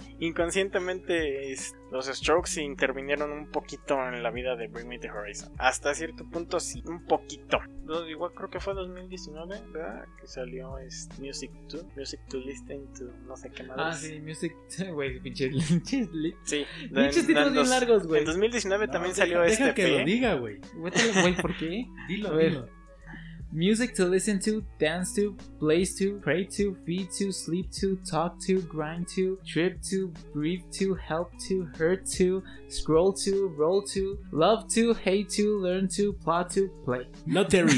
[SPEAKER 1] inconscientemente es- los Strokes intervinieron un poquito en la vida de Bring Me the Horizon. Hasta cierto punto sí, un poquito. No, igual creo que fue 2019, ¿verdad? Que salió es Music to, Music to Listen to, no sé qué más.
[SPEAKER 3] Ah, sí, music. Güey, pinches. pinches li-
[SPEAKER 1] Sí, de-
[SPEAKER 3] Pinches títulos
[SPEAKER 1] en
[SPEAKER 3] bien
[SPEAKER 1] dos-
[SPEAKER 3] largos, güey.
[SPEAKER 1] En 2019 también
[SPEAKER 2] No,
[SPEAKER 1] salió
[SPEAKER 2] deja-
[SPEAKER 1] este
[SPEAKER 2] Deja que
[SPEAKER 1] EP.
[SPEAKER 2] lo diga, güey.
[SPEAKER 3] Guárdalo, Güey, ¿por qué? A
[SPEAKER 2] Dilo,
[SPEAKER 3] ver.
[SPEAKER 2] dilo.
[SPEAKER 3] Music to listen to, dance to, place to, pray to, feed to, sleep to, talk to, grind to, trip to, breathe to, help to, hurt to, scroll to, roll to, love to, hate to, learn to, plot to, play.
[SPEAKER 2] Lottery.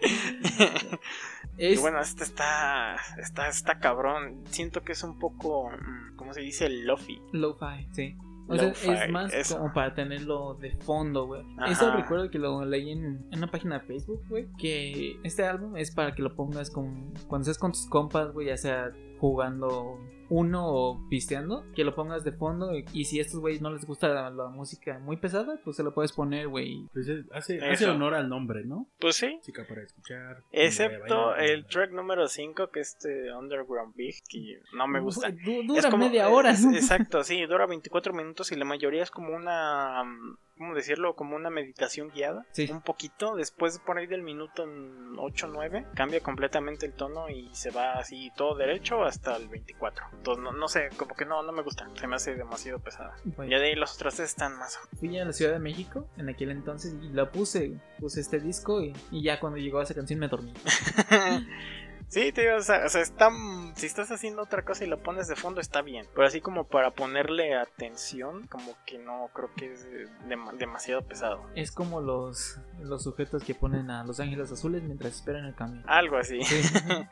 [SPEAKER 1] Y
[SPEAKER 3] Es,
[SPEAKER 1] bueno, este está, está, está cabrón. Siento que es un poco, mm, ¿cómo se dice? Lofi.
[SPEAKER 3] Lo-fi, sí. O sea,
[SPEAKER 1] Lo-fi,
[SPEAKER 3] es más
[SPEAKER 1] eso.
[SPEAKER 3] como para tenerlo de fondo, güey.
[SPEAKER 1] Ajá.
[SPEAKER 3] Eso recuerdo que lo leí en, en una página de Facebook, güey. Que este álbum es para que lo pongas con, cuando estés con tus compas, güey, ya sea jugando uno o pisteando, que lo pongas de fondo. Y, y si a estos güeyes no les gusta la, la música muy pesada, pues se lo puedes poner, güey.
[SPEAKER 2] Pues es- hace,
[SPEAKER 1] Eso.
[SPEAKER 2] hace honor al nombre, ¿no?
[SPEAKER 1] Pues sí.
[SPEAKER 2] Chica para escuchar.
[SPEAKER 1] Excepto
[SPEAKER 2] para bailar,
[SPEAKER 1] el track número 5, que es este Underground Big, que no me gusta.
[SPEAKER 3] Du- du-
[SPEAKER 1] Es
[SPEAKER 3] Dura
[SPEAKER 1] como- eh,
[SPEAKER 3] media hora,
[SPEAKER 1] es-
[SPEAKER 3] ¿no?
[SPEAKER 1] Exacto, sí, dura 24 minutos y la mayoría es como una, mm, ¿cómo decirlo? Como una meditación guiada.
[SPEAKER 3] Sí.
[SPEAKER 1] Un poquito, después por ahí del minuto 8 9, cambia completamente el tono y se va así todo derecho hasta el 24. Entonces, no, no sé, como que no, no me gusta. Se me hace demasiado pesada.
[SPEAKER 3] Güey.
[SPEAKER 1] Ya de ahí los otros tres están más.
[SPEAKER 3] fui a la Ciudad de México en aquel entonces y la puse, puse este disco y, y ya cuando llegó esa canción me dormí.
[SPEAKER 1] sí, te digo, o sea, o sea, está- si estás haciendo otra cosa y la pones de fondo está bien, pero así como para ponerle atención, como que no creo que es eh, dema- demasiado pesado.
[SPEAKER 3] Es como los, los sujetos que ponen a Los Ángeles Azules mientras esperan el camión.
[SPEAKER 1] Algo así.
[SPEAKER 3] Sí.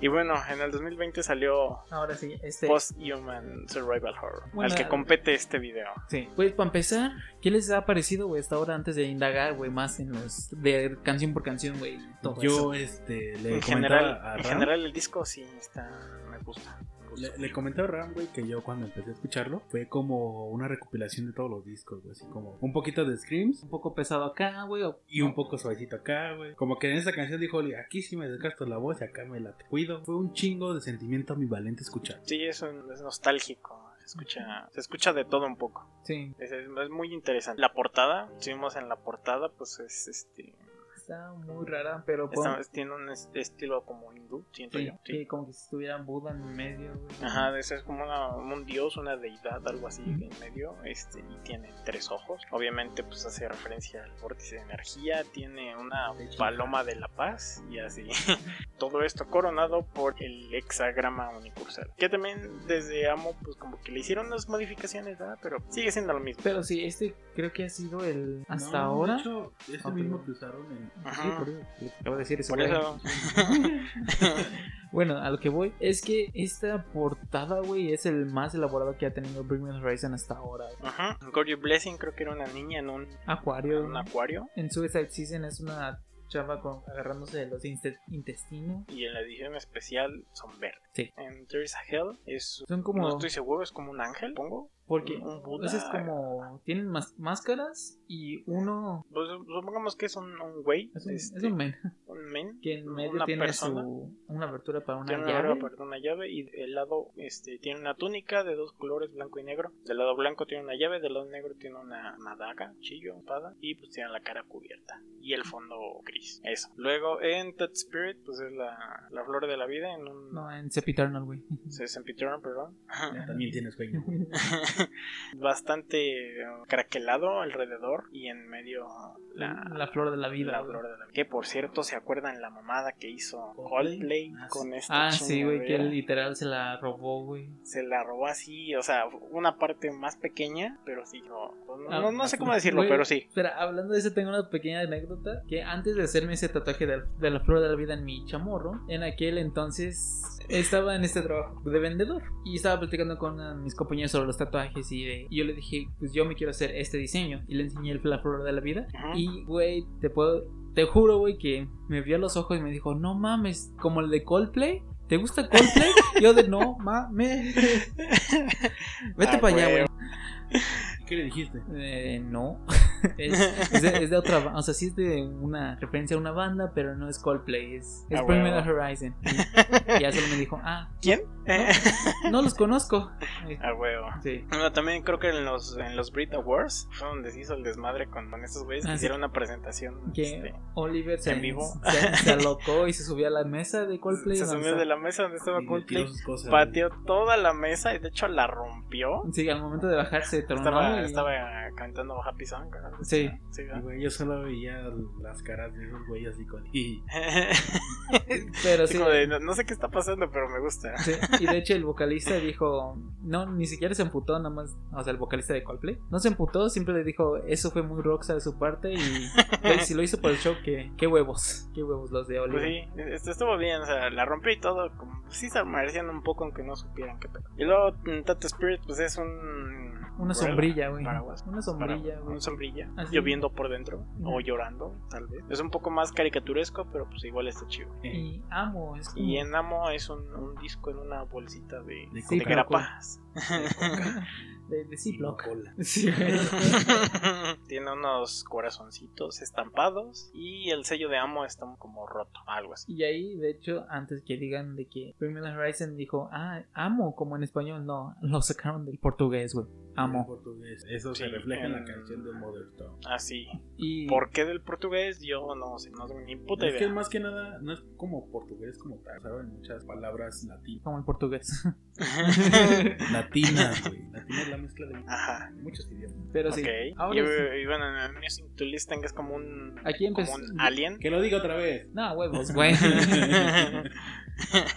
[SPEAKER 1] y bueno, en el 2020 salió
[SPEAKER 3] Ahora sí, este...
[SPEAKER 1] Post Human Survival Horror,
[SPEAKER 3] Bueno,
[SPEAKER 1] al que compete este video.
[SPEAKER 3] Sí. Pues para empezar, ¿qué les ha parecido, güey, hasta ahora antes de indagar, güey, más en los... de canción por canción, güey, y todo eso?
[SPEAKER 2] Yo, este, le
[SPEAKER 1] En
[SPEAKER 2] comentaba
[SPEAKER 1] general,
[SPEAKER 2] a
[SPEAKER 1] en
[SPEAKER 2] Ram-
[SPEAKER 1] general el disco sí está, me gusta. me gusta.
[SPEAKER 2] Le, le comentaba a Ram, güey, que yo cuando empecé a escucharlo fue como una recopilación de todos los discos, güey. Así como un poquito de Screams
[SPEAKER 3] Un poco pesado acá, güey, o-
[SPEAKER 2] y un poco suavecito acá, güey. Como que en esta canción dijo, "Oye, aquí sí me desgasto la voz y acá me la cuido. Fue un chingo de sentimiento ambivalente escuchar.
[SPEAKER 1] Sí, es, un- es nostálgico. Se escucha, se escucha de todo un poco.
[SPEAKER 3] Sí,
[SPEAKER 1] Es, es- es muy interesante. La portada, estuvimos en la portada, pues es este.
[SPEAKER 3] está muy rara, pero...
[SPEAKER 1] está-
[SPEAKER 3] pon-
[SPEAKER 1] es- tiene un es- estilo como hindú, siento
[SPEAKER 3] sí,
[SPEAKER 1] yo.
[SPEAKER 3] sí, como que si estuviera Buda en medio, güey.
[SPEAKER 1] Ajá, ese es como una- un dios, una deidad, algo así en medio, este, y tiene tres ojos. Obviamente, pues hace referencia al vórtice de energía, tiene una
[SPEAKER 2] De hecho,
[SPEAKER 1] paloma de la paz y así. Todo esto coronado por el hexagrama unicursal. Que también desde Amo, pues como que le hicieron unas modificaciones, ¿verdad? Pero sigue siendo lo mismo.
[SPEAKER 3] Pero sí, este creo que ha sido el hasta
[SPEAKER 2] No,
[SPEAKER 3] ahora.
[SPEAKER 2] De hecho, es
[SPEAKER 3] Ah,
[SPEAKER 2] el mismo
[SPEAKER 3] perdón.
[SPEAKER 2] que usaron en
[SPEAKER 1] Ajá.
[SPEAKER 4] Sí, por eso. le Acabo de decir eso.
[SPEAKER 1] Por
[SPEAKER 4] güey.
[SPEAKER 1] eso.
[SPEAKER 3] Bueno, a lo que voy es que esta portada, güey, es el más elaborado que ha tenido Bring Me the Horizon hasta ahora. güey.
[SPEAKER 1] Ajá. Gory Blessing creo que era una niña en un, en
[SPEAKER 3] Acuario.
[SPEAKER 1] un acuario.
[SPEAKER 3] En Suicide Season es una chava con, agarrándose de los inte- intestinos.
[SPEAKER 1] Y en la edición especial son verdes.
[SPEAKER 3] Sí.
[SPEAKER 1] En There's a Hell es.
[SPEAKER 3] Son como.
[SPEAKER 1] No estoy seguro, es como un ángel, pongo.
[SPEAKER 3] Porque.
[SPEAKER 1] Un Buda.
[SPEAKER 3] Entonces, como. Tienen más, máscaras y uno.
[SPEAKER 1] Pues, supongamos que es un, un güey.
[SPEAKER 3] Es un,
[SPEAKER 1] este,
[SPEAKER 3] es un men
[SPEAKER 1] un men.
[SPEAKER 3] que en medio
[SPEAKER 1] una
[SPEAKER 3] tiene
[SPEAKER 1] persona.
[SPEAKER 3] su, una abertura para una
[SPEAKER 1] Tiene una
[SPEAKER 3] llave.
[SPEAKER 1] barba para una llave y el lado este tiene una túnica de dos colores, blanco y negro. Del lado blanco tiene una llave, del lado negro tiene una una daga, chillo, espada y pues tiene la cara cubierta y el fondo gris. Eso. Luego en That Spirit pues es la, la flor de la vida en un
[SPEAKER 3] No, en Sepp Eternal, güey.
[SPEAKER 1] se desempeñaron, perdón.
[SPEAKER 2] Ya también tienes sueño.
[SPEAKER 1] Bastante eh, craquelado alrededor y en medio
[SPEAKER 3] La,
[SPEAKER 1] la,
[SPEAKER 3] la flor de la vida.
[SPEAKER 1] la
[SPEAKER 3] güey.
[SPEAKER 1] flor de la vida. Que por cierto, ¿se acuerdan la mamada que hizo Coldplay
[SPEAKER 2] Ah, sí.
[SPEAKER 1] con este esta
[SPEAKER 3] Ah, sí, güey, que
[SPEAKER 1] chingadera?
[SPEAKER 3] él literal se la robó, güey.
[SPEAKER 1] se la robó así, o sea, una parte más pequeña, pero sí, no, no, no- no sé cómo
[SPEAKER 3] Ah,
[SPEAKER 1] decirlo,
[SPEAKER 3] güey,
[SPEAKER 1] pero sí.
[SPEAKER 3] Espera, hablando de eso, tengo una pequeña anécdota. Que antes de hacerme ese tatuaje de, de la flor de la vida en mi chamorro, en aquel entonces estaba en este trabajo de vendedor. Y estaba platicando con una de mis compañeros sobre los tatuajes. Y, de- y yo le dije, pues yo me quiero hacer este diseño. Y le enseñé el- la flor de la vida.
[SPEAKER 1] Ajá.
[SPEAKER 3] Y, güey, te puedo. Te juro, güey, que me vio a los ojos y me dijo, no mames, como el de Coldplay. ¿Te gusta Coldplay? Yo de no mames. Vete
[SPEAKER 1] Ah,
[SPEAKER 3] para allá, güey.
[SPEAKER 1] güey.
[SPEAKER 2] ¿Qué le dijiste?
[SPEAKER 3] Eh, no. es, es de, es de otra ba- O sea, sí es de una referencia a una banda, pero no es Coldplay. Es, es
[SPEAKER 1] Ah,
[SPEAKER 3] Bring Me
[SPEAKER 1] huevo.
[SPEAKER 3] the Horizon. Y ya solo me dijo, ah,
[SPEAKER 1] ¿Quién?
[SPEAKER 3] no los conozco. Eh,
[SPEAKER 1] A huevo.
[SPEAKER 3] Sí.
[SPEAKER 1] Bueno, también creo que en los, en los Brit Awards fue donde se hizo el desmadre con, con estos güeyes
[SPEAKER 3] Ah,
[SPEAKER 1] que
[SPEAKER 3] sí.
[SPEAKER 1] hicieron una presentación.
[SPEAKER 3] Que
[SPEAKER 1] este,
[SPEAKER 3] Oliver se,
[SPEAKER 1] en vivo.
[SPEAKER 3] se, se alocó y se subió a la mesa de Coldplay.
[SPEAKER 1] se
[SPEAKER 3] donde
[SPEAKER 1] subió
[SPEAKER 3] estaba-
[SPEAKER 1] de la mesa donde estaba
[SPEAKER 2] Y le tiró
[SPEAKER 1] Coldplay,
[SPEAKER 2] sus cosas.
[SPEAKER 1] pateó toda la mesa y de hecho la rompió.
[SPEAKER 3] Sí, al momento de bajarse tronó.
[SPEAKER 1] Estaba,
[SPEAKER 3] y-
[SPEAKER 1] estaba cantando Happy Song. ¿no?
[SPEAKER 3] Sí.
[SPEAKER 1] sí
[SPEAKER 2] Y,
[SPEAKER 1] ¿no?
[SPEAKER 2] güey, yo solo veía las caras de esos güeyes así con. Y
[SPEAKER 3] Pero
[SPEAKER 1] Así
[SPEAKER 3] sí.
[SPEAKER 1] como de, no, no sé qué está pasando, pero me gusta.
[SPEAKER 3] Sí, y de hecho el vocalista dijo, no, ni siquiera se emputó, nada más, o sea, el vocalista de Coldplay, no se emputó, siempre le dijo, eso fue muy rockstar de su parte y güey, si lo hizo por el show, que qué huevos, qué huevos los de
[SPEAKER 1] Pues
[SPEAKER 3] Oliver.
[SPEAKER 1] sí, esto estuvo bien, o sea, la rompió y todo, como pues sí se merecían un poco aunque no supieran qué pedo. Y luego mm, Tattoo Spirit pues es un
[SPEAKER 3] Una
[SPEAKER 1] bueno,
[SPEAKER 3] sombrilla, güey.
[SPEAKER 1] paraguas.
[SPEAKER 3] Una
[SPEAKER 1] para-
[SPEAKER 3] sombrilla, güey. Ah,
[SPEAKER 1] un sombrilla,
[SPEAKER 3] Así.
[SPEAKER 1] lloviendo por dentro o
[SPEAKER 3] Ujú.
[SPEAKER 1] llorando, tal vez. Es un poco más caricaturesco, pero pues igual está chido.
[SPEAKER 3] Y amo, es como-
[SPEAKER 1] Y en Amo es un, un disco en una bolsita de,
[SPEAKER 2] De
[SPEAKER 1] de
[SPEAKER 3] coca.
[SPEAKER 1] grapas.
[SPEAKER 3] de, de Ziploc.
[SPEAKER 2] cola.
[SPEAKER 3] Sí, güey.
[SPEAKER 1] Tiene unos corazoncitos estampados y el sello de Amo está como roto, algo así.
[SPEAKER 3] Y ahí, de hecho, antes que digan de que Premium Horizon dijo, ah, amo, como en español, no, lo sacaron del portugués, güey.
[SPEAKER 2] En
[SPEAKER 3] Amo.
[SPEAKER 2] portugués. Eso se
[SPEAKER 1] Sí,
[SPEAKER 2] refleja en la
[SPEAKER 1] en-
[SPEAKER 2] canción de Mother Tongue.
[SPEAKER 1] Así.
[SPEAKER 3] Y...
[SPEAKER 1] ¿Por qué del portugués? Yo no sé, no tengo ni puta
[SPEAKER 2] Es
[SPEAKER 1] idea.
[SPEAKER 2] que más que nada no es como portugués como tal, saben muchas palabras latinas.
[SPEAKER 3] Como el portugués.
[SPEAKER 2] Latinas, güey. Latina es la mezcla de
[SPEAKER 1] Ajá.
[SPEAKER 2] muchos idiomas.
[SPEAKER 3] Pero
[SPEAKER 1] ok.
[SPEAKER 3] sí. Ahora
[SPEAKER 1] y,
[SPEAKER 3] sí.
[SPEAKER 1] y bueno, en el Music to Listen que es como un.
[SPEAKER 3] Aquí
[SPEAKER 1] como
[SPEAKER 3] empezó.
[SPEAKER 1] un alien.
[SPEAKER 2] Que lo diga otra vez.
[SPEAKER 3] No, huevos, güey.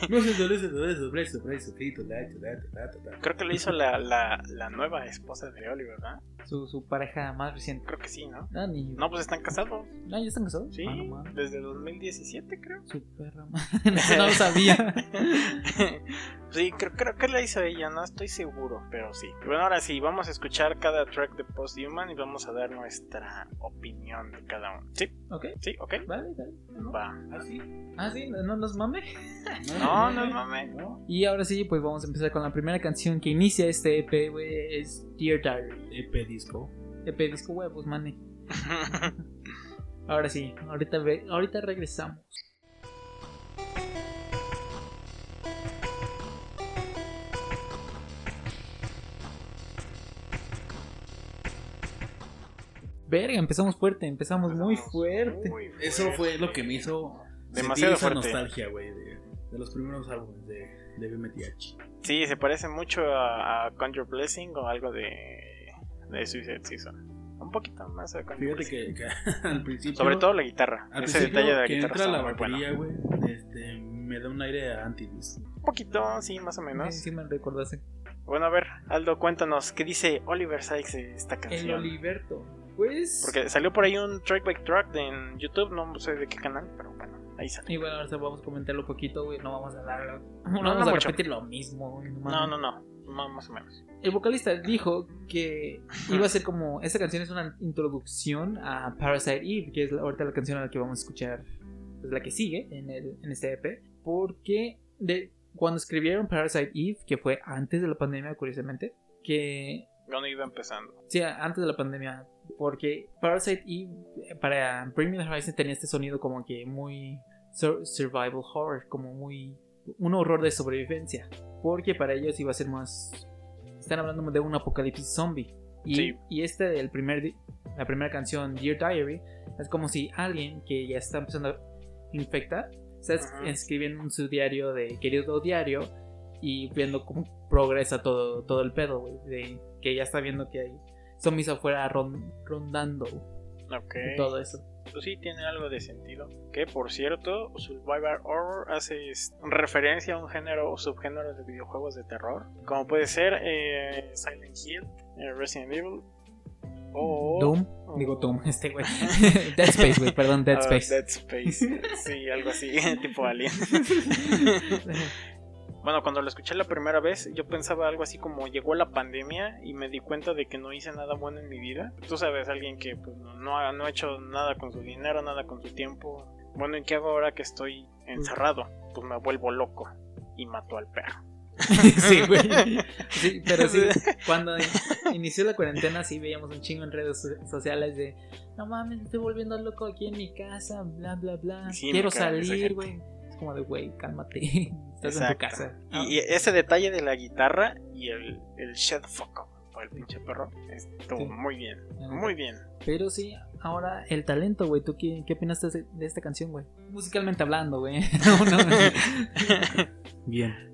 [SPEAKER 2] No sé, sobre eso, sobre eso, sobre eso, sobre eso, sí, total, total, total, total.
[SPEAKER 1] Creo que lo hizo la, la, la nueva esposa de Oliver, ¿verdad?
[SPEAKER 3] su, su pareja más reciente.
[SPEAKER 1] Creo que sí, ¿no?
[SPEAKER 3] Ah, ni
[SPEAKER 1] No, pues están casados.
[SPEAKER 3] Ah, ¿ya están casados?
[SPEAKER 1] Sí,
[SPEAKER 3] Ah, no mames.
[SPEAKER 1] desde 2017, creo.
[SPEAKER 3] Su perra madre. Eso no lo sabía.
[SPEAKER 1] sí, creo, creo que la hizo ella, no estoy seguro, pero sí. Y bueno, ahora sí, vamos a escuchar cada track de Post Human y vamos a dar nuestra opinión de cada uno. Sí,
[SPEAKER 3] ok,
[SPEAKER 1] sí, ok.
[SPEAKER 3] vale, vale.
[SPEAKER 1] Va.
[SPEAKER 2] ¿Ah, sí?
[SPEAKER 3] Ah, sí, no nos mame.
[SPEAKER 1] No, no mames.
[SPEAKER 2] No.
[SPEAKER 3] Y ahora sí, pues vamos a empezar con la primera canción que inicia este EP, güey. Es Dear Diary.
[SPEAKER 2] EP disco.
[SPEAKER 3] EP disco huevos, mane. Ahora sí, ahorita, ve- ahorita regresamos. Verga, empezamos fuerte, empezamos muy fuerte.
[SPEAKER 1] Muy
[SPEAKER 2] Eso fue lo que me hizo
[SPEAKER 1] Demasiado
[SPEAKER 2] sentir esa
[SPEAKER 1] fuerte.
[SPEAKER 2] nostalgia, güey, de, de los primeros álbumes de, de BMTH.
[SPEAKER 1] Sí, se parece mucho a, a Conjure Blessing o algo de, de Suicide Season. Un poquito más a Conjure
[SPEAKER 2] Fíjate
[SPEAKER 1] Blessing.
[SPEAKER 2] que, que al principio...
[SPEAKER 1] Sobre todo la guitarra.
[SPEAKER 2] Al
[SPEAKER 1] Ese
[SPEAKER 2] principio
[SPEAKER 1] detalle de la
[SPEAKER 2] que
[SPEAKER 1] guitarra
[SPEAKER 2] entra
[SPEAKER 1] está
[SPEAKER 2] la
[SPEAKER 1] muy bueno.
[SPEAKER 2] batería, güey, este, me da un aire a Antilis.
[SPEAKER 1] Un poquito, sí, más o menos.
[SPEAKER 3] Sí, sí me recordaste.
[SPEAKER 1] Bueno, a ver, Aldo, cuéntanos, ¿qué dice Oliver Sykes de esta
[SPEAKER 3] El
[SPEAKER 1] canción?
[SPEAKER 3] Oliverto. Pues.
[SPEAKER 1] Porque salió por ahí un track by track de- en YouTube, no sé de qué canal, pero bueno, ahí sale.
[SPEAKER 3] Y bueno, ahorita vamos a comentarlo poquito, güey. No vamos a darlo. No,
[SPEAKER 1] no
[SPEAKER 3] vamos a
[SPEAKER 1] mucho.
[SPEAKER 3] repetir lo mismo, güey. no mames.
[SPEAKER 1] No, no, no, ma- más o menos.
[SPEAKER 3] El vocalista dijo que iba a ser como. Esta canción es una introducción a Parasite Eve, que es la- ahorita la canción a la que vamos a escuchar, pues la que sigue en, el, en este EP. Porque de, cuando escribieron Parasite Eve, que fue antes de la pandemia, curiosamente, que.
[SPEAKER 1] Cuando iba empezando.
[SPEAKER 3] Sí, antes de la pandemia. Porque Parasite Eve, eh, para Bring Me the Horizon, tenía este sonido como que muy. sur- survival horror, como muy. Un horror de sobrevivencia. Porque para ellos iba a ser más están hablando de un apocalipsis zombie. Y,
[SPEAKER 1] Sí.
[SPEAKER 3] y este, el primer, di- la primera canción, Dear Diary, es como si alguien que ya está empezando a infectar, está es-
[SPEAKER 1] Ajá.
[SPEAKER 3] escribiendo en su diario de querido diario y viendo cómo progresa todo, todo el pedo, güey, de que ya está viendo que hay zombies afuera ron- rondando
[SPEAKER 1] Ok.
[SPEAKER 3] y todo eso.
[SPEAKER 1] Pues sí tiene algo de sentido. Que por cierto, Survivor Horror hace es- referencia a un género o subgénero de videojuegos de terror, como puede ser eh, Silent Hill, eh, Resident Evil o
[SPEAKER 3] Doom,
[SPEAKER 1] o-
[SPEAKER 3] digo Doom, este güey. Dead Space, güey, perdón, Dead
[SPEAKER 1] Ah,
[SPEAKER 3] Space.
[SPEAKER 1] Dead Space, sí, algo así, tipo Alien. Bueno, cuando lo escuché la primera vez, yo pensaba algo así como llegó la pandemia y me di cuenta de que no hice nada bueno en mi vida. Tú sabes, alguien que pues, no, ha, no ha hecho nada con su dinero, nada con su tiempo. Bueno, ¿y qué hago ahora que estoy encerrado? Pues me vuelvo loco y mato al perro.
[SPEAKER 3] sí, güey. Sí, pero sí, cuando in- inició la cuarentena, sí veíamos un chingo en redes so- sociales de no mames, me estoy volviendo loco aquí en mi casa, bla, bla, bla.
[SPEAKER 1] Sí, me
[SPEAKER 3] Quiero
[SPEAKER 1] caga esa
[SPEAKER 3] salir,
[SPEAKER 1] gente.
[SPEAKER 3] güey. Es como de, güey, cálmate. Estás en tu
[SPEAKER 1] Exacto.
[SPEAKER 3] casa.
[SPEAKER 1] Y, y ese detalle de la guitarra y el, el shut the fuck up por el pinche perro estuvo
[SPEAKER 3] Sí.
[SPEAKER 1] muy bien,
[SPEAKER 3] Ah,
[SPEAKER 1] muy bien.
[SPEAKER 3] Pero sí, ahora el talento, güey. ¿Tú qué, qué opinas de, ese- de esta canción, güey? Musicalmente hablando, güey. No, no.
[SPEAKER 2] Bien.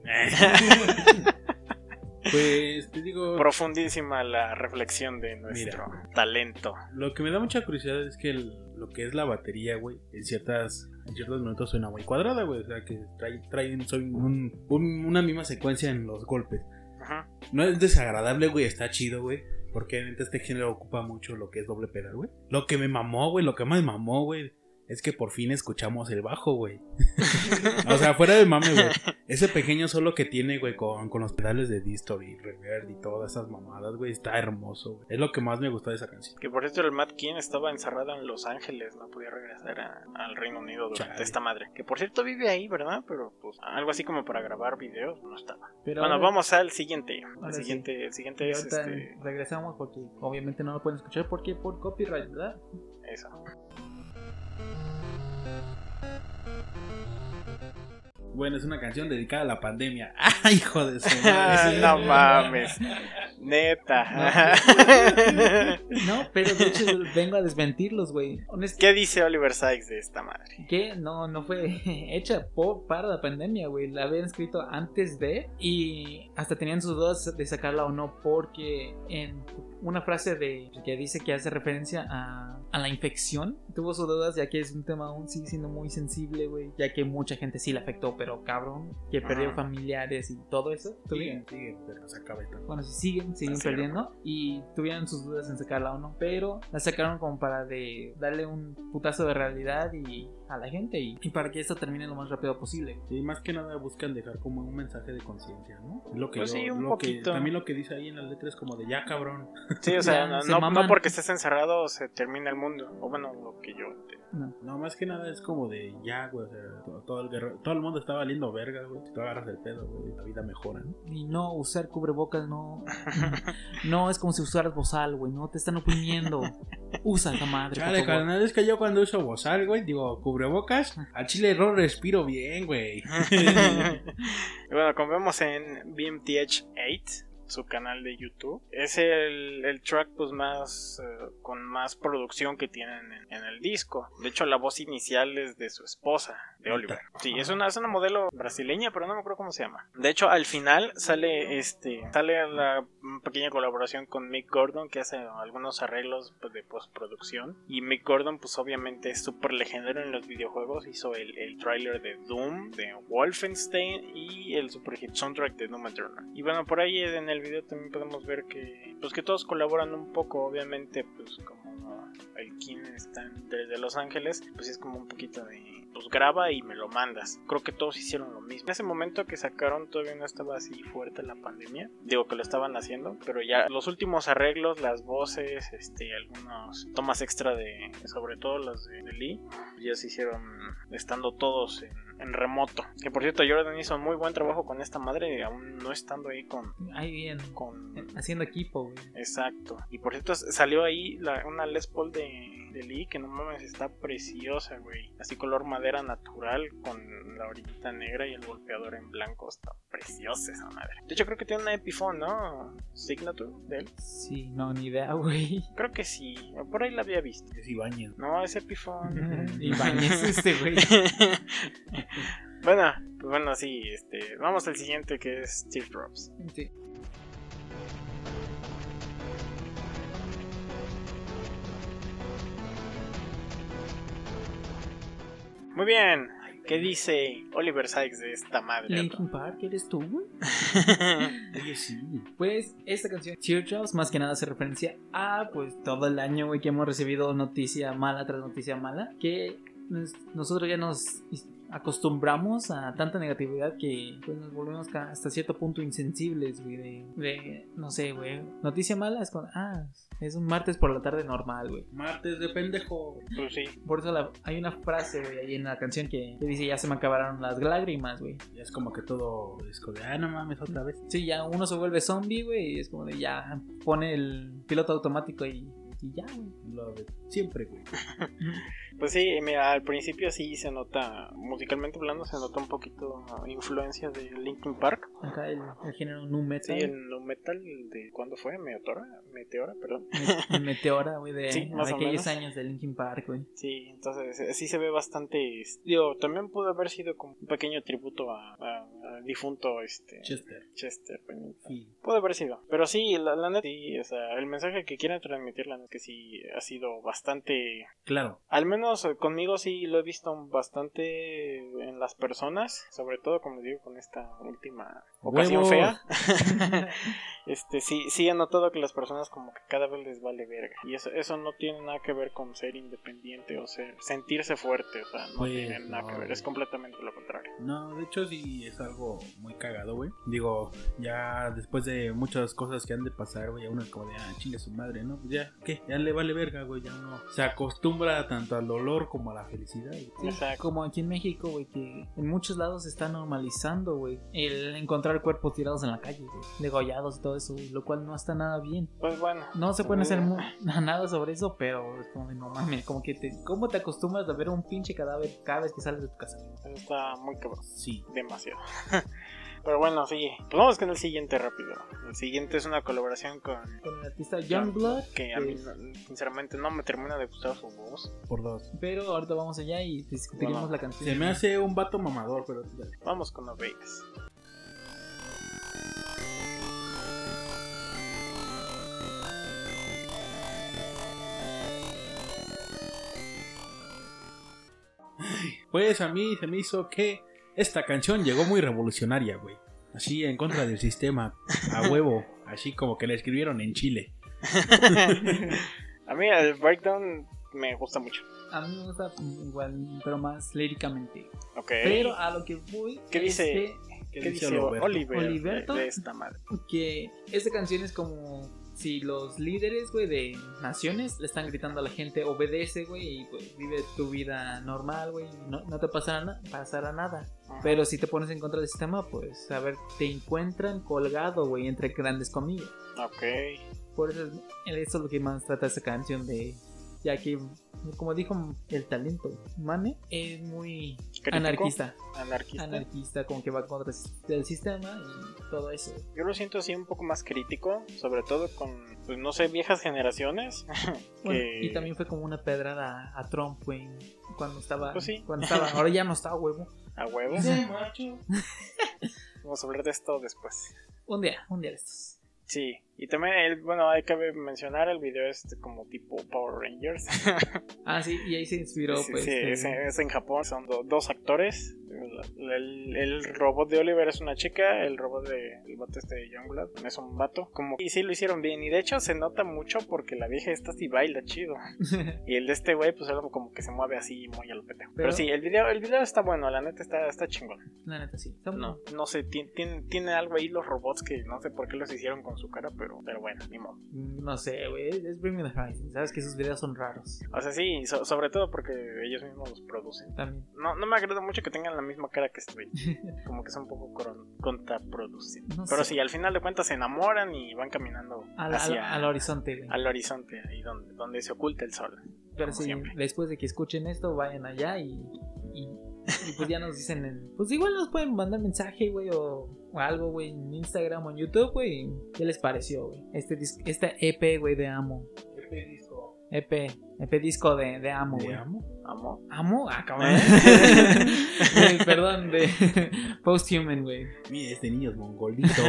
[SPEAKER 2] Pues te digo,
[SPEAKER 1] Profundísima la reflexión de nuestro talento.
[SPEAKER 2] lo que me da mucha curiosidad es que el- lo que es la batería, güey, en ciertas en ciertos minutos suena muy cuadrada, güey. O sea, que trae, trae un- son un- un- una misma secuencia en los golpes.
[SPEAKER 1] Ajá.
[SPEAKER 2] No es desagradable, güey, está chido, güey. Porque neta este género ocupa mucho lo que es doble pedal, güey. Lo que me mamó, güey, lo que más me mamó, güey, es que por fin escuchamos el bajo, güey. o sea, fuera de mame, güey. Ese pequeño solo que tiene, güey, con, con los pedales de Distor y Reverb y todas esas mamadas, güey, está hermoso, güey. Es lo que más me gustó de esa canción.
[SPEAKER 1] Que por cierto, el Matt King estaba encerrado en Los Ángeles, no podía regresar a- al Reino Unido durante
[SPEAKER 2] Chale.
[SPEAKER 1] esta madre. Que por cierto vive ahí, ¿verdad? Pero pues algo así como para grabar videos no estaba.
[SPEAKER 3] Pero
[SPEAKER 1] bueno,
[SPEAKER 3] ahora-
[SPEAKER 1] vamos al siguiente.
[SPEAKER 3] ahora
[SPEAKER 1] El
[SPEAKER 3] sí.
[SPEAKER 1] siguiente, el siguiente
[SPEAKER 3] y
[SPEAKER 1] es
[SPEAKER 3] ahorita
[SPEAKER 1] este,
[SPEAKER 3] regresamos porque obviamente no lo pueden escuchar porque por copyright, ¿verdad?
[SPEAKER 1] eso.
[SPEAKER 2] Bueno, es una canción dedicada a la pandemia. ¡Ah, hijo de su madre!
[SPEAKER 1] Ah, no mames. Neta.
[SPEAKER 3] No, pero de hecho vengo a desmentirlos, güey. Honest-
[SPEAKER 1] ¿Qué dice Oliver Sykes de esta madre?
[SPEAKER 3] que no, no fue hecha por, para la pandemia, güey. La habían escrito antes de y hasta tenían sus dudas de sacarla o no porque en una frase de que dice que hace referencia a, a la infección tuvo sus dudas ya que es un tema aún sigue siendo muy sensible, güey. Ya que mucha gente sí le afectó, pero cabrón, que perdió
[SPEAKER 1] Ajá.
[SPEAKER 3] familiares y todo eso.
[SPEAKER 2] Sigue, sigue, pero se acaba esto.
[SPEAKER 3] bueno, si siguen, siguen
[SPEAKER 1] Así
[SPEAKER 3] perdiendo y tuvieron sus dudas en sacarla o no, pero la sacaron como para de darle un putazo de realidad y a la gente y, y para que esto termine lo más rápido posible.
[SPEAKER 2] Y más que nada buscan dejar como un mensaje de conciencia, ¿no? Es Lo que
[SPEAKER 1] Pues
[SPEAKER 2] yo-
[SPEAKER 1] sí, un
[SPEAKER 2] lo que-
[SPEAKER 1] poquito.
[SPEAKER 2] también lo que dice ahí en las letras es como de ya, cabrón.
[SPEAKER 1] Sí, o sea,
[SPEAKER 3] Ya,
[SPEAKER 1] no,
[SPEAKER 3] se
[SPEAKER 1] no- no
[SPEAKER 3] maman.
[SPEAKER 1] porque estés encerrado se termina el mundo. O bueno, lo que yo.
[SPEAKER 2] No, más que nada es como de ya, güey. O sea, to- todo el, guerrero- todo el mundo está valiendo verga, güey. Si tú agarras el pedo, güey, la vida mejora, ¿no?
[SPEAKER 3] Y no usar cubrebocas, no. No es como si usaras bozal, güey, no te están oprimiendo. Usa esa madre. por
[SPEAKER 2] Chale,
[SPEAKER 3] favor.
[SPEAKER 2] carnal, es que yo cuando uso bozal, güey, digo, cubrebocas, al chile error respiro bien, güey.
[SPEAKER 1] Y bueno, como vemos en BMTH8, su canal de YouTube, es el, el track pues más eh, con más producción que tienen en, en el disco. De hecho, la voz inicial es de su esposa, de Oliver. Sí, es una, es una modelo brasileña, pero no me acuerdo cómo se llama. De hecho, al final sale este sale la pequeña colaboración con Mick Gordon que hace algunos arreglos pues, de postproducción y Mick Gordon pues obviamente es súper legendario en los videojuegos, hizo el, el tráiler de Doom, de Wolfenstein y el super hit soundtrack de Doom Eternal. Y bueno, por ahí en el video también podemos ver que pues que todos colaboran un poco, obviamente pues como el King está desde Los Ángeles, pues es como un poquito de pues graba y me lo mandas. Creo que todos hicieron lo mismo. En ese momento que sacaron todavía no estaba así fuerte la pandemia. Digo que lo estaban haciendo, pero ya los últimos arreglos, las voces, este, algunos tomas extra de, sobre todo las de, de Lee, ya se hicieron estando todos en, en remoto. Que por cierto, Jordan hizo muy buen trabajo con esta madre, aún no estando ahí con...
[SPEAKER 3] Ahí bien.
[SPEAKER 1] con
[SPEAKER 3] Haciendo equipo, güey.
[SPEAKER 1] Exacto. Y por cierto, s- salió ahí la- una Les Paul de, de Lee que no mames, está preciosa, güey. Así color madera natural con la orillita negra y el golpeador en blanco. Está preciosa esa madre. De hecho, creo que tiene una Epiphone, ¿no? Signature de él.
[SPEAKER 3] Sí, no, ni idea, güey.
[SPEAKER 1] Creo que sí. Por ahí la había visto.
[SPEAKER 2] Es Ibañez.
[SPEAKER 1] No, es Epiphone.
[SPEAKER 3] Y bañes este, güey.
[SPEAKER 1] bueno, pues bueno, sí. Este, vamos al siguiente que es Steve Drops.
[SPEAKER 3] Sí.
[SPEAKER 1] Muy bien. ¿Qué dice Oliver Sykes de esta madre?
[SPEAKER 3] Linkin Park, ¿eres tú, güey?
[SPEAKER 2] Oye, sí.
[SPEAKER 3] Pues esta canción, Teardrops, más que nada hace referencia a pues todo el año, güey, que hemos recibido noticia mala tras noticia mala, que nos- nosotros ya nos acostumbramos a tanta negatividad que pues, nos volvemos ca- hasta cierto punto insensibles, güey, de, de, no sé, güey, noticia mala es con, ah, es un martes por la tarde normal, güey.
[SPEAKER 2] Martes de pendejo.
[SPEAKER 1] Pues sí.
[SPEAKER 3] Por eso la- hay una frase, güey, ahí en la canción que, que dice, ya se me acabaron las lágrimas, güey.
[SPEAKER 2] Ya es como que todo disco de, ah, no mames, otra vez.
[SPEAKER 3] Sí, ya uno se vuelve zombie, güey, y es como de ya pone el piloto automático y, y ya, güey.
[SPEAKER 2] Lo de siempre, güey.
[SPEAKER 1] Pues sí, mira, al principio sí se nota, musicalmente hablando, se nota un poquito influencia de Linkin Park.
[SPEAKER 3] Acá el, el género nu
[SPEAKER 1] Sí,
[SPEAKER 3] metal,
[SPEAKER 1] el nu metal de ¿cuándo fue? Meteora, Meteora, perdón.
[SPEAKER 3] me- el meteora, güey, de,
[SPEAKER 1] Sí, más
[SPEAKER 3] de
[SPEAKER 1] o
[SPEAKER 3] aquellos
[SPEAKER 1] menos.
[SPEAKER 3] años de Linkin Park, güey.
[SPEAKER 1] Sí, entonces eh, sí se ve bastante. es- Digo, también pudo haber sido como un pequeño tributo a, a- al difunto este
[SPEAKER 2] Chester.
[SPEAKER 1] Chester Bennington.
[SPEAKER 2] Sí.
[SPEAKER 1] Puede haber sido, pero sí, la, la neta, sí, o sea, el mensaje que quieren transmitir, la neta, que sí ha sido bastante
[SPEAKER 2] Claro.
[SPEAKER 1] Al menos eh, conmigo sí lo he visto bastante en las personas, sobre todo como les digo con esta última ocasión
[SPEAKER 2] Huevos.
[SPEAKER 1] fea. este sí sí he notado que las personas como que cada vez les vale verga y eso eso no tiene nada que ver con ser independiente o ser sentirse fuerte, o sea, no
[SPEAKER 2] Pues,
[SPEAKER 1] tiene nada que
[SPEAKER 2] no.
[SPEAKER 1] ver, es completamente lo contrario.
[SPEAKER 2] No, de hecho sí es algo muy cagado, güey. Digo, ya después de muchas cosas que han de pasar, güey, a uno es como de, ah, chile su madre, ¿no? Pues ya, ¿qué? Ya le vale verga, güey. Ya uno se acostumbra tanto al dolor como a la felicidad. güey.
[SPEAKER 3] Sí,
[SPEAKER 1] Exacto.
[SPEAKER 3] como aquí en México, güey, que en muchos lados se está normalizando, güey, el encontrar cuerpos tirados en la calle, güey, degollados y todo eso, güey, lo cual no está nada bien.
[SPEAKER 1] Pues bueno,
[SPEAKER 3] No se pueden hacer mu- nada sobre eso, pero es como de no mames, como que te, ¿cómo te acostumbras a ver un pinche cadáver cada vez que sales de tu casa?
[SPEAKER 1] eso está muy cabrón.
[SPEAKER 2] Sí.
[SPEAKER 1] demasiado. Pero bueno, sí. Pues vamos con el siguiente rápido. El siguiente es una colaboración con
[SPEAKER 3] Con el artista Youngblood,
[SPEAKER 1] que a mí no- sinceramente no me termina de gustar su voz.
[SPEAKER 2] Por dos.
[SPEAKER 3] Pero ahorita vamos allá y discutiremos
[SPEAKER 1] Bueno,
[SPEAKER 3] la canción.
[SPEAKER 2] Se me hace un vato mamador, pero tú dale.
[SPEAKER 1] Vamos con las Vegas.
[SPEAKER 2] Pues a mí se me hizo que esta canción llegó muy revolucionaria, güey. Así en contra del sistema, a huevo. Así como que la escribieron en Chile.
[SPEAKER 1] a mí el breakdown me gusta mucho.
[SPEAKER 3] A mí me gusta igual, pero más líricamente.
[SPEAKER 1] Ok.
[SPEAKER 3] Pero a lo que voy.
[SPEAKER 1] ¿Qué
[SPEAKER 3] es
[SPEAKER 1] dice?
[SPEAKER 3] que-
[SPEAKER 1] ¿Qué dice Oliver,
[SPEAKER 3] ¿Oliverto?
[SPEAKER 1] De, de esta madre?
[SPEAKER 3] que esta canción es como si los líderes, güey, de naciones le están gritando a la gente, obedece, güey, y pues vive tu vida normal, güey, y no, no te pasará, na- pasará nada. Pero si te pones en contra del sistema, pues, a ver, te encuentran colgado, güey, entre grandes comillas.
[SPEAKER 1] Ok.
[SPEAKER 3] Por eso es, eso es lo que más trata esa canción de... Ya que, como dijo el talento, Mane es muy
[SPEAKER 1] Crítico,
[SPEAKER 3] anarquista.
[SPEAKER 1] Anarquista.
[SPEAKER 3] Anarquista, como que va contra el sistema y todo eso.
[SPEAKER 1] Yo lo siento así un poco más crítico, sobre todo con, pues no sé, viejas generaciones.
[SPEAKER 3] Bueno,
[SPEAKER 1] que-
[SPEAKER 3] y también fue como una pedrada a Trump, güey. Cuando estaba...
[SPEAKER 1] Pues sí.
[SPEAKER 3] Cuando estaba... Ahora ya no está, huevo.
[SPEAKER 1] A huevo. Vamos a hablar de esto después.
[SPEAKER 3] Un día, un día de estos.
[SPEAKER 1] Sí, Y también, el- bueno, hay que mencionar el video este como tipo Power Rangers.
[SPEAKER 3] Ah, sí, y ahí se inspiró,
[SPEAKER 1] sí,
[SPEAKER 3] pues.
[SPEAKER 1] sí,
[SPEAKER 3] de-
[SPEAKER 1] es, es en Japón, son do- dos actores. El, el- el robot de Oliver es una chica, el robot de el vato este de Youngblood es un vato. Como, y sí lo hicieron bien, y de hecho se nota mucho porque la vieja esta sí baila chido. Y el de este güey, pues algo como que se mueve así muy a lo pendejo. Pero,
[SPEAKER 3] Pero-
[SPEAKER 1] sí, el video, el video está bueno, la neta está, está chingón.
[SPEAKER 3] La neta, sí. Está-
[SPEAKER 1] No, no sé, tiene, tiene, tiene algo ahí los robots que no sé por qué los hicieron con su cara, pero, pero bueno, ni modo.
[SPEAKER 3] No sé, güey. Es es Bring Me the Horizon. Sabes que sus videos son raros.
[SPEAKER 1] O sea, sí, so- sobre todo porque ellos mismos los producen.
[SPEAKER 3] También.
[SPEAKER 1] No, no me agrada mucho que tengan la misma cara que este Como que es un poco coron- contraproducente.
[SPEAKER 3] No
[SPEAKER 1] pero
[SPEAKER 3] sé.
[SPEAKER 1] sí, al final de cuentas se enamoran y van caminando
[SPEAKER 3] Al, al,
[SPEAKER 1] hacia
[SPEAKER 3] al horizonte, güey.
[SPEAKER 1] al horizonte, ahí donde, donde se oculta el sol.
[SPEAKER 3] Pero
[SPEAKER 1] como
[SPEAKER 3] sí,
[SPEAKER 1] siempre.
[SPEAKER 3] después de que escuchen esto, vayan allá y, y, y pues ya nos dicen. en- pues igual nos pueden mandar mensaje, güey, o, o algo, güey, en Instagram o en YouTube, güey. ¿Qué les pareció, güey? Este, dis- este EP, güey, de Amo.
[SPEAKER 1] E
[SPEAKER 3] E EP, EP disco de, de Amo,
[SPEAKER 2] ¿Te
[SPEAKER 3] güey.
[SPEAKER 2] amo?
[SPEAKER 1] Amo.
[SPEAKER 3] ¿Amo? Ah, cabrón.
[SPEAKER 1] ¿Eh?
[SPEAKER 3] Güey, Perdón, de Posthuman, güey.
[SPEAKER 2] Mira, este niño es mongolito.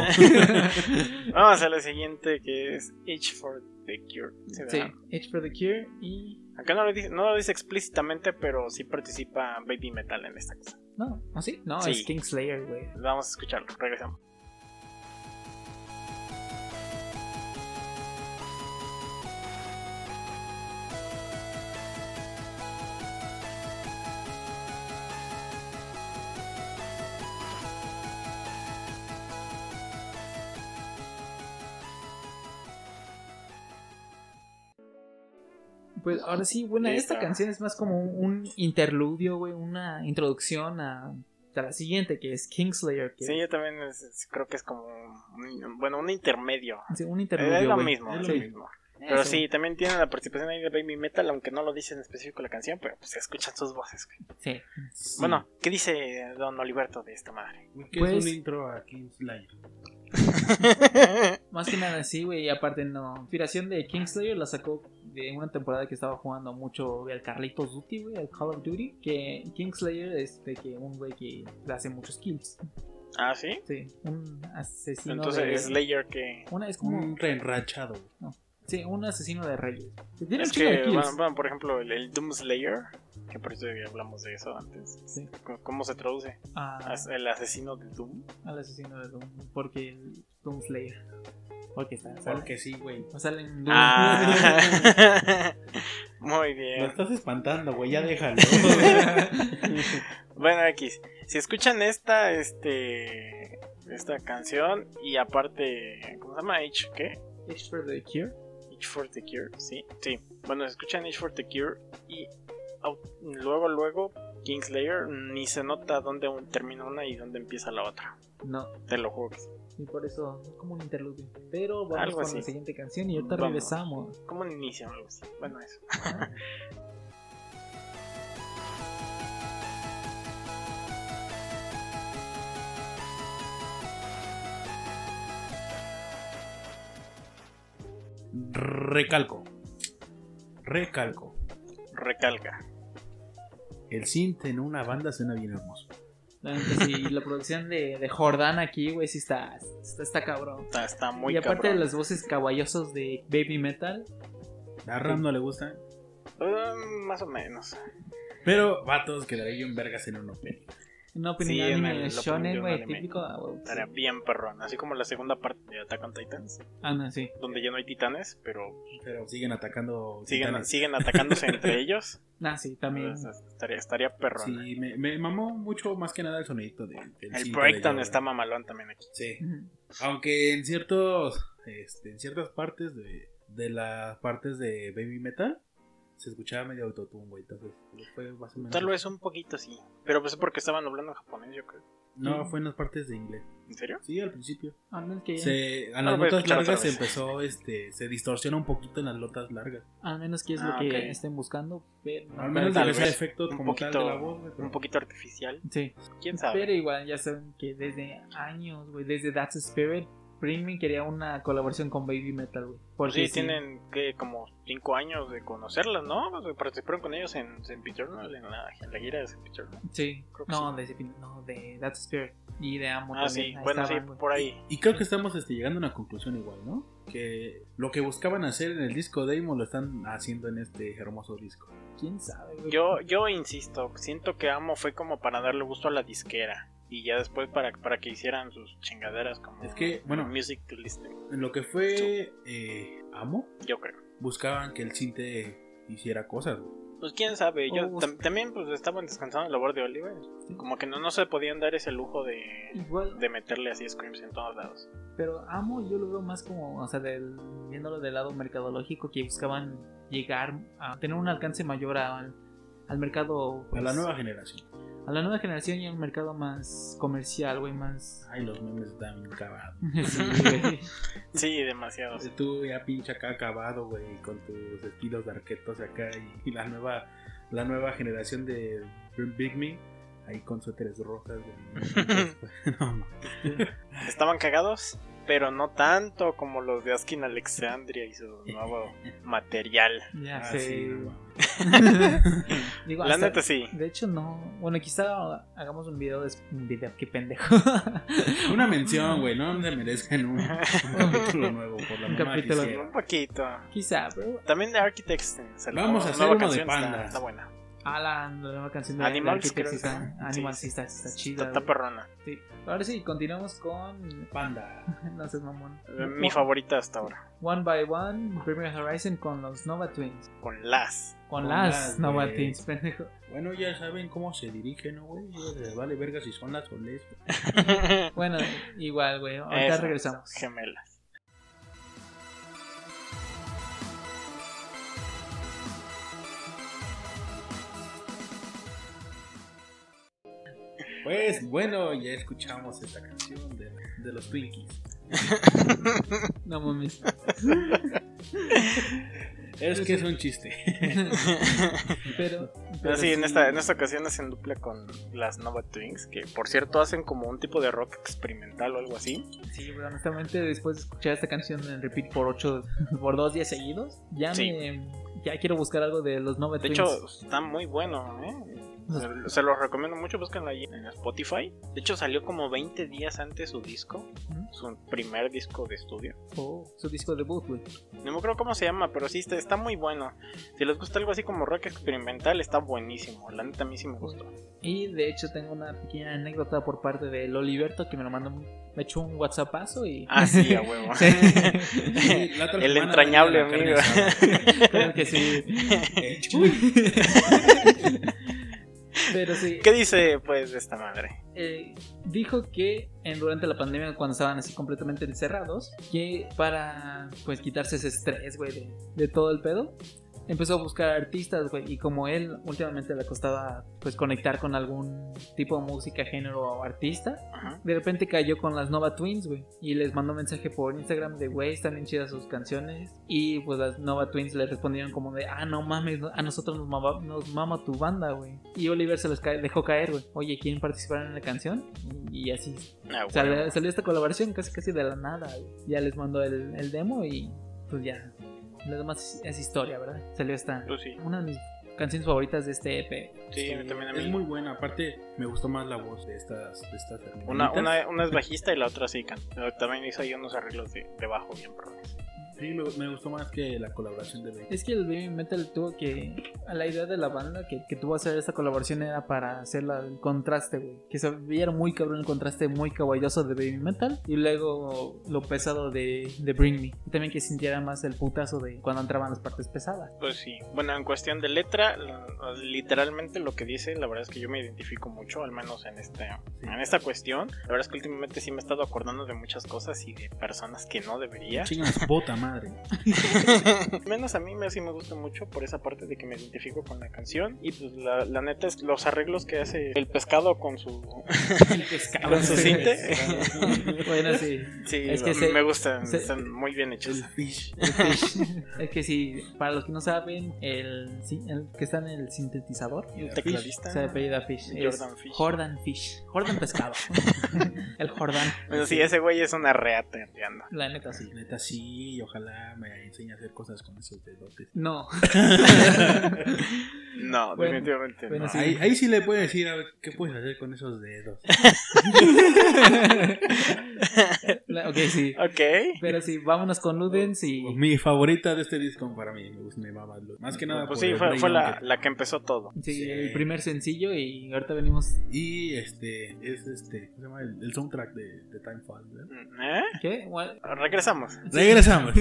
[SPEAKER 1] Vamos a la siguiente que es Each for the Cure. Sí,
[SPEAKER 3] Sí,
[SPEAKER 1] ¿verdad?
[SPEAKER 3] Edge for the Cure y...
[SPEAKER 1] Acá no lo, dice, no lo dice explícitamente, pero sí participa Baby Metal en esta cosa.
[SPEAKER 3] No, ¿no sí? No,
[SPEAKER 1] Sí.
[SPEAKER 3] es Kingslayer, güey.
[SPEAKER 1] Vamos a escucharlo, regresamos.
[SPEAKER 3] Pues ahora sí, bueno,
[SPEAKER 1] Listo.
[SPEAKER 3] esta canción es más como un, un interludio, güey, una introducción a, a la siguiente, que es Kingslayer, que
[SPEAKER 1] Sí, yo también es- es- creo que es como, un- bueno, un intermedio.
[SPEAKER 3] sí, un
[SPEAKER 1] Es
[SPEAKER 3] interludio,
[SPEAKER 1] lo
[SPEAKER 3] güey.
[SPEAKER 1] mismo,
[SPEAKER 2] es
[SPEAKER 1] es
[SPEAKER 2] lo
[SPEAKER 1] lo
[SPEAKER 2] mismo.
[SPEAKER 1] mismo. Pero
[SPEAKER 3] Eso.
[SPEAKER 1] sí, también tiene la participación ahí de Baby Metal, aunque no lo dice en específico la canción, pero pues se escuchan sus voces. güey.
[SPEAKER 3] Sí.
[SPEAKER 2] Sí.
[SPEAKER 1] Bueno, ¿qué dice Don Oliverto de esta madre?
[SPEAKER 2] ¿Qué
[SPEAKER 3] pues-
[SPEAKER 2] es un intro a Kingslayer?
[SPEAKER 3] Más que nada, sí, güey, y aparte no. Inspiración de Kingslayer la sacó de una temporada que estaba jugando mucho güey, al Carlitos Duty, güey, al Call of Duty, que Kingslayer es de que un güey que le hace muchos kills.
[SPEAKER 1] ah, sí.
[SPEAKER 3] Sí, un asesino
[SPEAKER 1] Entonces Mm.
[SPEAKER 3] de...
[SPEAKER 1] Slayer que...
[SPEAKER 3] Una, es como...
[SPEAKER 2] Un reenrachado. güey.
[SPEAKER 3] Sí, un asesino de reyes. Tiene
[SPEAKER 1] Es
[SPEAKER 3] un chingo de
[SPEAKER 1] que,
[SPEAKER 3] kills.
[SPEAKER 1] bueno, bueno, por ejemplo, el, el Doom Slayer, que por eso ya hablamos de eso antes.
[SPEAKER 3] Sí.
[SPEAKER 1] ¿Cómo- ¿Cómo se traduce?
[SPEAKER 3] Ah,
[SPEAKER 1] As- El asesino de Doom.
[SPEAKER 3] al asesino de Doom. Porque el Doom Slayer. Porque está. sale-
[SPEAKER 2] Porque sí, güey.
[SPEAKER 3] sale en Doom.
[SPEAKER 1] Ah. Muy
[SPEAKER 2] Lo
[SPEAKER 1] bien.
[SPEAKER 2] estás espantando, güey. Ya déjalo.
[SPEAKER 1] Bueno, X. Si escuchan esta, este. Esta canción y aparte. ¿Cómo se llama? H. ¿Qué?
[SPEAKER 3] It's for the Cure.
[SPEAKER 1] H for the Cure, sí. Sí. Bueno, escuchan H for the Cure y au- luego, luego, Kingslayer ni se nota dónde un- termina una y dónde empieza la otra.
[SPEAKER 3] No.
[SPEAKER 1] Te lo juro. que sí.
[SPEAKER 3] Y por eso es como un interludio. Pero vamos
[SPEAKER 1] Algo
[SPEAKER 3] con
[SPEAKER 1] así.
[SPEAKER 3] la siguiente canción y ahorita
[SPEAKER 1] Vamos.
[SPEAKER 3] regresamos.
[SPEAKER 1] Como un inicio, algo así. Bueno, eso.
[SPEAKER 2] Recalco. Recalco.
[SPEAKER 1] Recalca.
[SPEAKER 2] El synth en una banda suena bien hermoso.
[SPEAKER 3] La neta, sí, la producción de, de Jordán aquí, güey, sí está, está, está cabrón.
[SPEAKER 1] Está, está muy
[SPEAKER 3] y aparte
[SPEAKER 1] cabrón.
[SPEAKER 3] de las voces caballosos de Baby Metal.
[SPEAKER 2] A Ram no le gusta.
[SPEAKER 1] Ah, más o menos.
[SPEAKER 2] Pero vatos quedaría yo en vergas en un open.
[SPEAKER 3] No
[SPEAKER 1] Sí,
[SPEAKER 3] opening
[SPEAKER 1] en
[SPEAKER 3] anime
[SPEAKER 1] el opening de
[SPEAKER 3] shonen,
[SPEAKER 1] un
[SPEAKER 3] güey,
[SPEAKER 1] anime.
[SPEAKER 3] típico. ah, güey, sí.
[SPEAKER 1] Estaría bien perrón. Así como la segunda parte de Attack on Titans,
[SPEAKER 3] Ah, no, sí.
[SPEAKER 1] donde ya no hay titanes, pero
[SPEAKER 2] Pero siguen atacando.
[SPEAKER 1] siguen,
[SPEAKER 2] titanes.
[SPEAKER 1] siguen atacándose entre ellos.
[SPEAKER 3] Ah, sí, también.
[SPEAKER 1] Entonces, estaría, estaría perrón.
[SPEAKER 2] Sí, me, me mamó mucho más que nada el sonidito de, del
[SPEAKER 1] El
[SPEAKER 2] cinto
[SPEAKER 1] breakdown
[SPEAKER 2] de
[SPEAKER 1] está
[SPEAKER 2] Jordan.
[SPEAKER 1] mamalón también aquí.
[SPEAKER 2] Sí.
[SPEAKER 3] Ujú.
[SPEAKER 2] Aunque en ciertos. este, en ciertas partes de. De las partes de Baby Metal. Se escuchaba medio autotune, güey. Entonces, fue más o menos.
[SPEAKER 1] Tal vez un poquito sí. Pero pues es porque estaban hablando en japonés, yo creo. mm.
[SPEAKER 2] No, fue en las partes de inglés.
[SPEAKER 1] ¿En serio?
[SPEAKER 2] Sí, al principio.
[SPEAKER 3] Ah, no, es que ya-
[SPEAKER 2] Se, a
[SPEAKER 1] No
[SPEAKER 2] las
[SPEAKER 1] lo voy a
[SPEAKER 2] notas
[SPEAKER 1] escuchar otra
[SPEAKER 2] largas se
[SPEAKER 1] vez.
[SPEAKER 2] empezó, este, se distorsiona un poquito en las notas largas.
[SPEAKER 3] Al menos que es lo
[SPEAKER 1] Ah,
[SPEAKER 3] que
[SPEAKER 1] ok.
[SPEAKER 3] estén buscando. Pero,
[SPEAKER 2] Al menos
[SPEAKER 1] Ah, tal
[SPEAKER 2] debe ser
[SPEAKER 1] vez.
[SPEAKER 2] efecto
[SPEAKER 1] Un
[SPEAKER 2] como tal de
[SPEAKER 1] poquito-
[SPEAKER 2] la voz, güey, pero-
[SPEAKER 1] Un poquito artificial.
[SPEAKER 3] Sí.
[SPEAKER 1] ¿Quién sabe?
[SPEAKER 3] Pero igual, ya saben que desde años, güey, desde That's Spirit, Bring Me quería una colaboración con Baby Metal, güey.
[SPEAKER 1] Pues
[SPEAKER 3] Porque
[SPEAKER 1] sí, tienen que como 5 años de conocerlas, ¿no? O sea, participaron con ellos en St. Journal, en la, en la gira de St. Journal.
[SPEAKER 3] Sí.
[SPEAKER 1] Creo que
[SPEAKER 3] No, de, no, de That's Spirit. y de Amo
[SPEAKER 1] Ah, sí,
[SPEAKER 3] también. ahí
[SPEAKER 1] bueno, sí,
[SPEAKER 3] estaban, güey.
[SPEAKER 1] por ahí.
[SPEAKER 2] Y creo que estamos este, llegando a una conclusión igual, ¿no? Que lo que buscaban hacer en el disco de Amo lo están haciendo en este hermoso disco.
[SPEAKER 3] ¿Quién sabe, güey?
[SPEAKER 1] Yo, yo insisto, siento que Amo fue como para darle gusto a la disquera. Y ya después para, para que hicieran sus chingaderas como
[SPEAKER 2] Es que, bueno,
[SPEAKER 1] Music to Listen,
[SPEAKER 2] En lo que fue eh, Amo,
[SPEAKER 1] yo creo.
[SPEAKER 2] buscaban que el cinte hiciera cosas. güey.
[SPEAKER 1] Pues quién sabe, yo
[SPEAKER 3] Oh,
[SPEAKER 1] tam- también pues estaban descansando la labor de Oliver.
[SPEAKER 3] Sí.
[SPEAKER 1] Como que no, no se podían dar ese lujo de,
[SPEAKER 3] Igual,
[SPEAKER 1] de meterle así screams en todos lados.
[SPEAKER 3] pero Amo yo lo veo más como, o sea, del, viéndolo del lado mercadológico que buscaban llegar a tener un alcance mayor al, al mercado.
[SPEAKER 2] A
[SPEAKER 3] pues,
[SPEAKER 2] la nueva generación.
[SPEAKER 3] a la nueva generación y a un mercado más comercial, güey, más.
[SPEAKER 2] Ay, los memes están bien acabados.
[SPEAKER 3] Sí, güey.
[SPEAKER 1] Sí,
[SPEAKER 3] Ah,
[SPEAKER 1] demasiado. sí.
[SPEAKER 2] Tú ya pinche acá acabado, güey, con tus estilos de arquetos acá y, y la nueva la nueva generación de Big Me, ahí con suéteres rojas. güey. no, no.
[SPEAKER 1] Estaban cagados, pero no tanto como los de Askin Alexandria y su nuevo material.
[SPEAKER 3] ya
[SPEAKER 2] Ah,
[SPEAKER 3] sé.
[SPEAKER 2] sí, no, no.
[SPEAKER 3] Digo,
[SPEAKER 1] La
[SPEAKER 3] hasta-
[SPEAKER 1] neta sí.
[SPEAKER 3] De hecho, no. Bueno, quizá hagamos un video. des- Un video, qué pendejo.
[SPEAKER 2] Una mención, güey, no se merezcan un, un capítulo nuevo por la
[SPEAKER 3] Un
[SPEAKER 2] mamá que
[SPEAKER 3] capítulo
[SPEAKER 2] hicieron.
[SPEAKER 1] Un poquito.
[SPEAKER 3] quizá, pero.
[SPEAKER 1] También de Architects. se la-
[SPEAKER 2] Vamos a
[SPEAKER 1] la
[SPEAKER 2] hacer
[SPEAKER 1] nueva
[SPEAKER 2] uno de
[SPEAKER 1] canción está-
[SPEAKER 2] Panda.
[SPEAKER 1] Está buena.
[SPEAKER 3] Ah, la, la nueva canción de
[SPEAKER 1] Animals,
[SPEAKER 3] de Architects
[SPEAKER 1] creo que
[SPEAKER 3] está-
[SPEAKER 1] sí.
[SPEAKER 3] Animals
[SPEAKER 1] Sí,
[SPEAKER 3] sí, está, está chida.
[SPEAKER 1] Está
[SPEAKER 3] güey.
[SPEAKER 1] perrona.
[SPEAKER 3] Sí. Ahora sí, continuamos con.
[SPEAKER 2] Panda.
[SPEAKER 3] No seas mamón.
[SPEAKER 1] Eh, Mi favorita hasta ahora.
[SPEAKER 3] One by One, Premier Horizon con los Nova Twins.
[SPEAKER 1] Con las.
[SPEAKER 3] Con
[SPEAKER 2] Con
[SPEAKER 3] las,
[SPEAKER 2] las,
[SPEAKER 3] Nova
[SPEAKER 2] güey.
[SPEAKER 3] Twins, pendejo.
[SPEAKER 2] Bueno, ya saben cómo se dirige, ¿no, güey? Ya Les vale verga si son las o les.
[SPEAKER 3] Bueno, igual, güey. Ahorita
[SPEAKER 1] Esas,
[SPEAKER 3] regresamos.
[SPEAKER 1] Gemelas.
[SPEAKER 2] Pues bueno, ya escuchamos esta canción de, de los Twinkies.
[SPEAKER 3] No mames.
[SPEAKER 2] Es que es un chiste.
[SPEAKER 3] pero.
[SPEAKER 1] Pero
[SPEAKER 3] pero
[SPEAKER 1] Ah, sí, en esta, en esta ocasión hacen dupla con las Nova Twins, que por cierto hacen como un tipo de rock experimental o algo así.
[SPEAKER 3] Sí, güey, honestamente, después de escuchar esta canción en repeat por ocho, por dos días seguidos, ya
[SPEAKER 1] Sí.
[SPEAKER 3] me, ya quiero buscar algo de los Nova
[SPEAKER 1] De
[SPEAKER 3] Twins.
[SPEAKER 1] hecho, está muy bueno, ¿eh? Se- Se los recomiendo mucho, búsquenla ahí en Spotify. De hecho, salió como 20 días antes su disco,
[SPEAKER 3] Ujú.
[SPEAKER 1] su primer disco de estudio.
[SPEAKER 3] Oh, su disco debut, güey.
[SPEAKER 1] No me acuerdo cómo se llama, pero sí está, está muy bueno. Si les gusta algo así como rock experimental, está buenísimo. La neta a mí sí me gustó.
[SPEAKER 3] Y de hecho tengo una pequeña anécdota por parte del Oliverto que me lo mandó, me echó un WhatsAppazo y
[SPEAKER 1] Ah, sí, a huevo.
[SPEAKER 3] Sí.
[SPEAKER 2] La otra
[SPEAKER 1] El
[SPEAKER 2] semana
[SPEAKER 1] entrañable
[SPEAKER 2] la carne
[SPEAKER 1] amigo.
[SPEAKER 2] asada.
[SPEAKER 3] creo que sí.
[SPEAKER 2] Eh, chuy.
[SPEAKER 3] Pero sí,
[SPEAKER 1] ¿Qué dice, pues, de esta madre?
[SPEAKER 3] eh, dijo que en- durante la pandemia cuando estaban así completamente encerrados, que para pues quitarse ese estrés, güey, de, de todo el pedo, empezó a buscar artistas, güey, y como él últimamente le costaba pues conectar con algún tipo de música, género o artista,
[SPEAKER 1] Ajá.
[SPEAKER 3] De repente cayó con las Nova Twins, güey. Y les mandó mensaje por Instagram de, güey, están bien chidas sus canciones. Y pues las Nova Twins le respondieron como de, ah, no mames, a nosotros nos mama, nos mama tu banda, güey. Y Oliver se los ca- dejó caer, güey. Oye, ¿quieren participar en la canción? Y así
[SPEAKER 1] Ah,
[SPEAKER 3] salió,
[SPEAKER 1] huevo.
[SPEAKER 3] salió esta colaboración casi casi de la nada, güey. Ya les mandó el, el demo y pues ya. Lo demás es, es historia, ¿verdad? Salió esta.
[SPEAKER 1] Pues sí,
[SPEAKER 3] Una de mis canciones favoritas de este EP.
[SPEAKER 1] sí, a mí también a
[SPEAKER 2] Es
[SPEAKER 1] mí.
[SPEAKER 2] muy buena, aparte me gustó más la voz de estas, de estas
[SPEAKER 1] Una,
[SPEAKER 2] hermanitas.
[SPEAKER 1] una, una es bajista y la otra sí canta. También hizo ahí unos arreglos de, de bajo bien probados.
[SPEAKER 2] Sí, me, me gustó más que la colaboración de Ben.
[SPEAKER 3] Es que el Baby Metal tuvo que. a La idea de la banda que, que tuvo hacer esta colaboración era para hacer la- el contraste, güey. Que se viera muy cabrón el contraste muy caballoso de Baby Metal. Y luego lo pesado de, de Bring Me. Y también que sintiera más el putazo de cuando entraban las partes pesadas.
[SPEAKER 1] Pues sí. Bueno, en cuestión de letra, l- literalmente lo que dice, la verdad es que yo me identifico mucho, al menos en este, en esta cuestión. La verdad es que últimamente sí me he estado acordando de muchas cosas y de personas que no debería.
[SPEAKER 2] Chingan su bota madre.
[SPEAKER 1] Al menos a mí me, sí me gusta mucho por esa parte de que me identifico con la canción. Y pues la, la neta es los arreglos que hace el pescado con su...
[SPEAKER 3] Con
[SPEAKER 1] su cinte.
[SPEAKER 3] bueno, sí.
[SPEAKER 1] Sí,
[SPEAKER 3] Es que
[SPEAKER 1] me,
[SPEAKER 3] se-
[SPEAKER 1] me gustan,
[SPEAKER 3] se-
[SPEAKER 1] están muy bien hechos.
[SPEAKER 2] El fish.
[SPEAKER 3] Es que sí, para los que no saben, el, sí, el que está en el sintetizador.
[SPEAKER 1] El
[SPEAKER 2] Fish.
[SPEAKER 1] tecladista.
[SPEAKER 3] Se apellida Fish. es
[SPEAKER 1] Jordan Fish.
[SPEAKER 3] Jordan Fish. Jordan Pescado. el Jordan.
[SPEAKER 1] Bueno, sí, ese güey es una reata, entiendo.
[SPEAKER 3] La neta, sí.
[SPEAKER 2] Neta, sí, ojalá me enseñe a hacer cosas con esos dedotes.
[SPEAKER 3] No.
[SPEAKER 1] No,
[SPEAKER 3] Bueno,
[SPEAKER 1] definitivamente
[SPEAKER 3] bueno,
[SPEAKER 1] no.
[SPEAKER 3] sí.
[SPEAKER 2] Ahí, ahí sí le pueden decir, a ver, ¿qué puedes hacer con esos dedos?
[SPEAKER 3] La- ok, sí.
[SPEAKER 1] Ok.
[SPEAKER 3] Pero sí, vámonos con Ludens y.
[SPEAKER 2] Mi favorita de este disco para mí, me gusta, me mama. Más que nada,
[SPEAKER 1] Pues
[SPEAKER 2] por
[SPEAKER 1] sí,
[SPEAKER 2] el
[SPEAKER 1] fue,
[SPEAKER 2] ritmo
[SPEAKER 1] fue la,
[SPEAKER 2] que-
[SPEAKER 1] la que empezó todo.
[SPEAKER 3] Sí,
[SPEAKER 2] Sí.
[SPEAKER 3] el primer sencillo y ahorita venimos.
[SPEAKER 2] Y este, es este, ¿cómo se llama? El, el soundtrack de, de Time Fall. ¿verdad?
[SPEAKER 1] ¿Eh?
[SPEAKER 3] ¿Qué? What?
[SPEAKER 1] Regresamos.
[SPEAKER 2] Regresamos.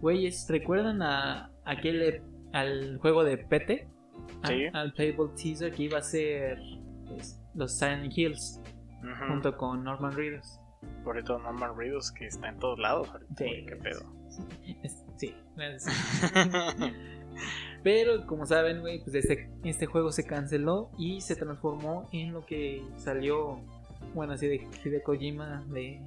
[SPEAKER 3] Güeyes, ¿recuerdan a aquel e- al juego de PT? A-
[SPEAKER 1] Sí.
[SPEAKER 3] Al Playable Teaser que iba a ser pues, los Silent Hills
[SPEAKER 1] Ujú.
[SPEAKER 3] junto con Norman Reedus.
[SPEAKER 1] Por todo Norman Reedus que está en todos lados. ahorita,
[SPEAKER 3] Sí.
[SPEAKER 1] güey, qué pedo.
[SPEAKER 3] Es- Sí, es- Pero como saben, güey, pues este, este juego se canceló y se transformó en lo que salió, bueno, así de, así de Kojima, de...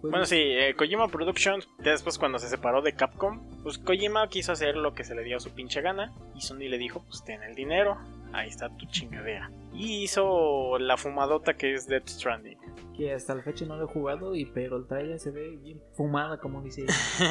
[SPEAKER 3] pues,
[SPEAKER 1] bueno, sí, eh, Kojima Productions, ya después cuando se separó de Capcom, pues Kojima quiso hacer lo que se le dio su pinche gana. Y Sony le dijo, pues ten el dinero, ahí está tu chingadera. Y hizo la fumadota que es Death Stranding.
[SPEAKER 3] Que hasta la fecha no lo he jugado, y pero el trailer se ve bien fumada, como dice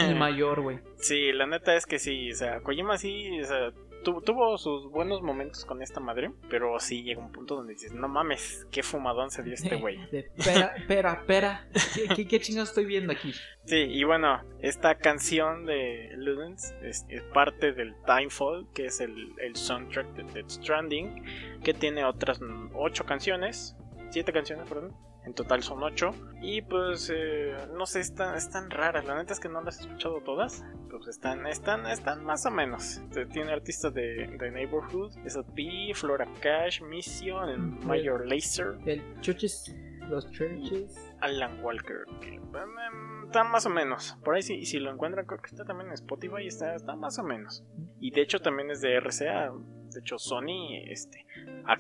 [SPEAKER 3] el mayor, güey.
[SPEAKER 1] Sí, la neta es que sí, o sea, Kojima sí, o sea, tu- tuvo sus buenos momentos con esta madre, pero sí llega un punto donde dices, no mames, qué fumadón se dio este güey.
[SPEAKER 3] De pera, pera, pera. ¿Qué, qué, qué chingados estoy viendo aquí?
[SPEAKER 1] Sí, y bueno, esta canción de Ludens es, es parte del Timefall, que es el, el soundtrack de Death Stranding, que tiene otras mm, ocho canciones, siete canciones, perdón. En total son ocho. Y pues, eh, no sé, están, están raras. La neta es que no las he escuchado todas. Pero pues están, están, están más o menos. Este, Tiene artistas de, de Neighborhood, S.P., Flora Cash, Mission, el
[SPEAKER 3] Mm,
[SPEAKER 1] Mayor Lazer.
[SPEAKER 3] El churches, los churches.
[SPEAKER 1] Alan Walker. que, mm, Está más o menos. Por ahí si, si lo encuentran, creo que está también en Spotify. Está, está más o menos. Y de hecho también es de RCA. De hecho, Sony este,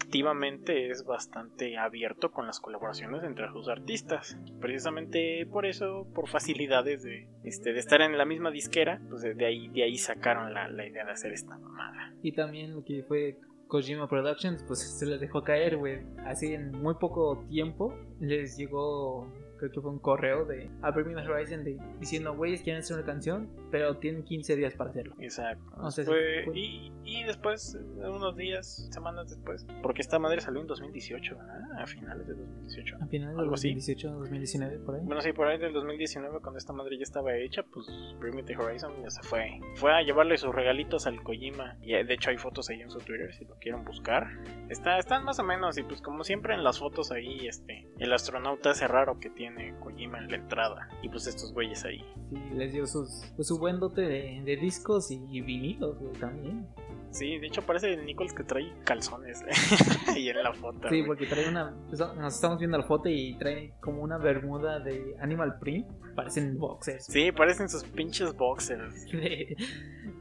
[SPEAKER 1] activamente es bastante abierto con las colaboraciones entre sus artistas. Precisamente por eso, por facilidades de, este, de estar en la misma disquera, pues de de ahí, de ahí sacaron la, la idea de hacer esta mamada.
[SPEAKER 3] Y también lo que fue Kojima Productions, pues se les dejó caer, güey. Así en muy poco tiempo les llegó, creo que fue un correo de A Bring Me the Horizon de, diciendo, güeyes, quieren hacer una canción, pero tienen 15 días para hacerlo.
[SPEAKER 1] Exacto.
[SPEAKER 3] O sea, sí,
[SPEAKER 1] Fue-
[SPEAKER 3] fue-
[SPEAKER 1] y, y después, unos días, semanas después, porque esta madre salió en 2018, ¿verdad? ah, A finales de 2018.
[SPEAKER 3] A finales de
[SPEAKER 1] Algo así.
[SPEAKER 3] 2018, 2019, por ahí.
[SPEAKER 1] Bueno, sí, por ahí del 2019, cuando esta madre ya estaba hecha, pues Bring Me the Horizon ya se fue. Fue a llevarle sus regalitos al Kojima. Y eh, de hecho hay fotos ahí en su Twitter, si lo quieren buscar. Está, están más o menos, y pues como siempre en las fotos ahí, este, el astronauta ese raro que tiene Kojima en la entrada. Y pues estos güeyes ahí.
[SPEAKER 3] Sí, les dio sus, pues, su buen dote de, de discos y, vinilos, güey, también.
[SPEAKER 1] Sí, de hecho parece el Nichols que trae calzones ahí en la foto.
[SPEAKER 3] Sí,
[SPEAKER 1] güey.
[SPEAKER 3] porque trae una. pues, Nos estamos viendo la foto y trae como una bermuda de Animal Print. Parecen boxers.
[SPEAKER 1] Sí, parecen sus pinches boxers.
[SPEAKER 3] De-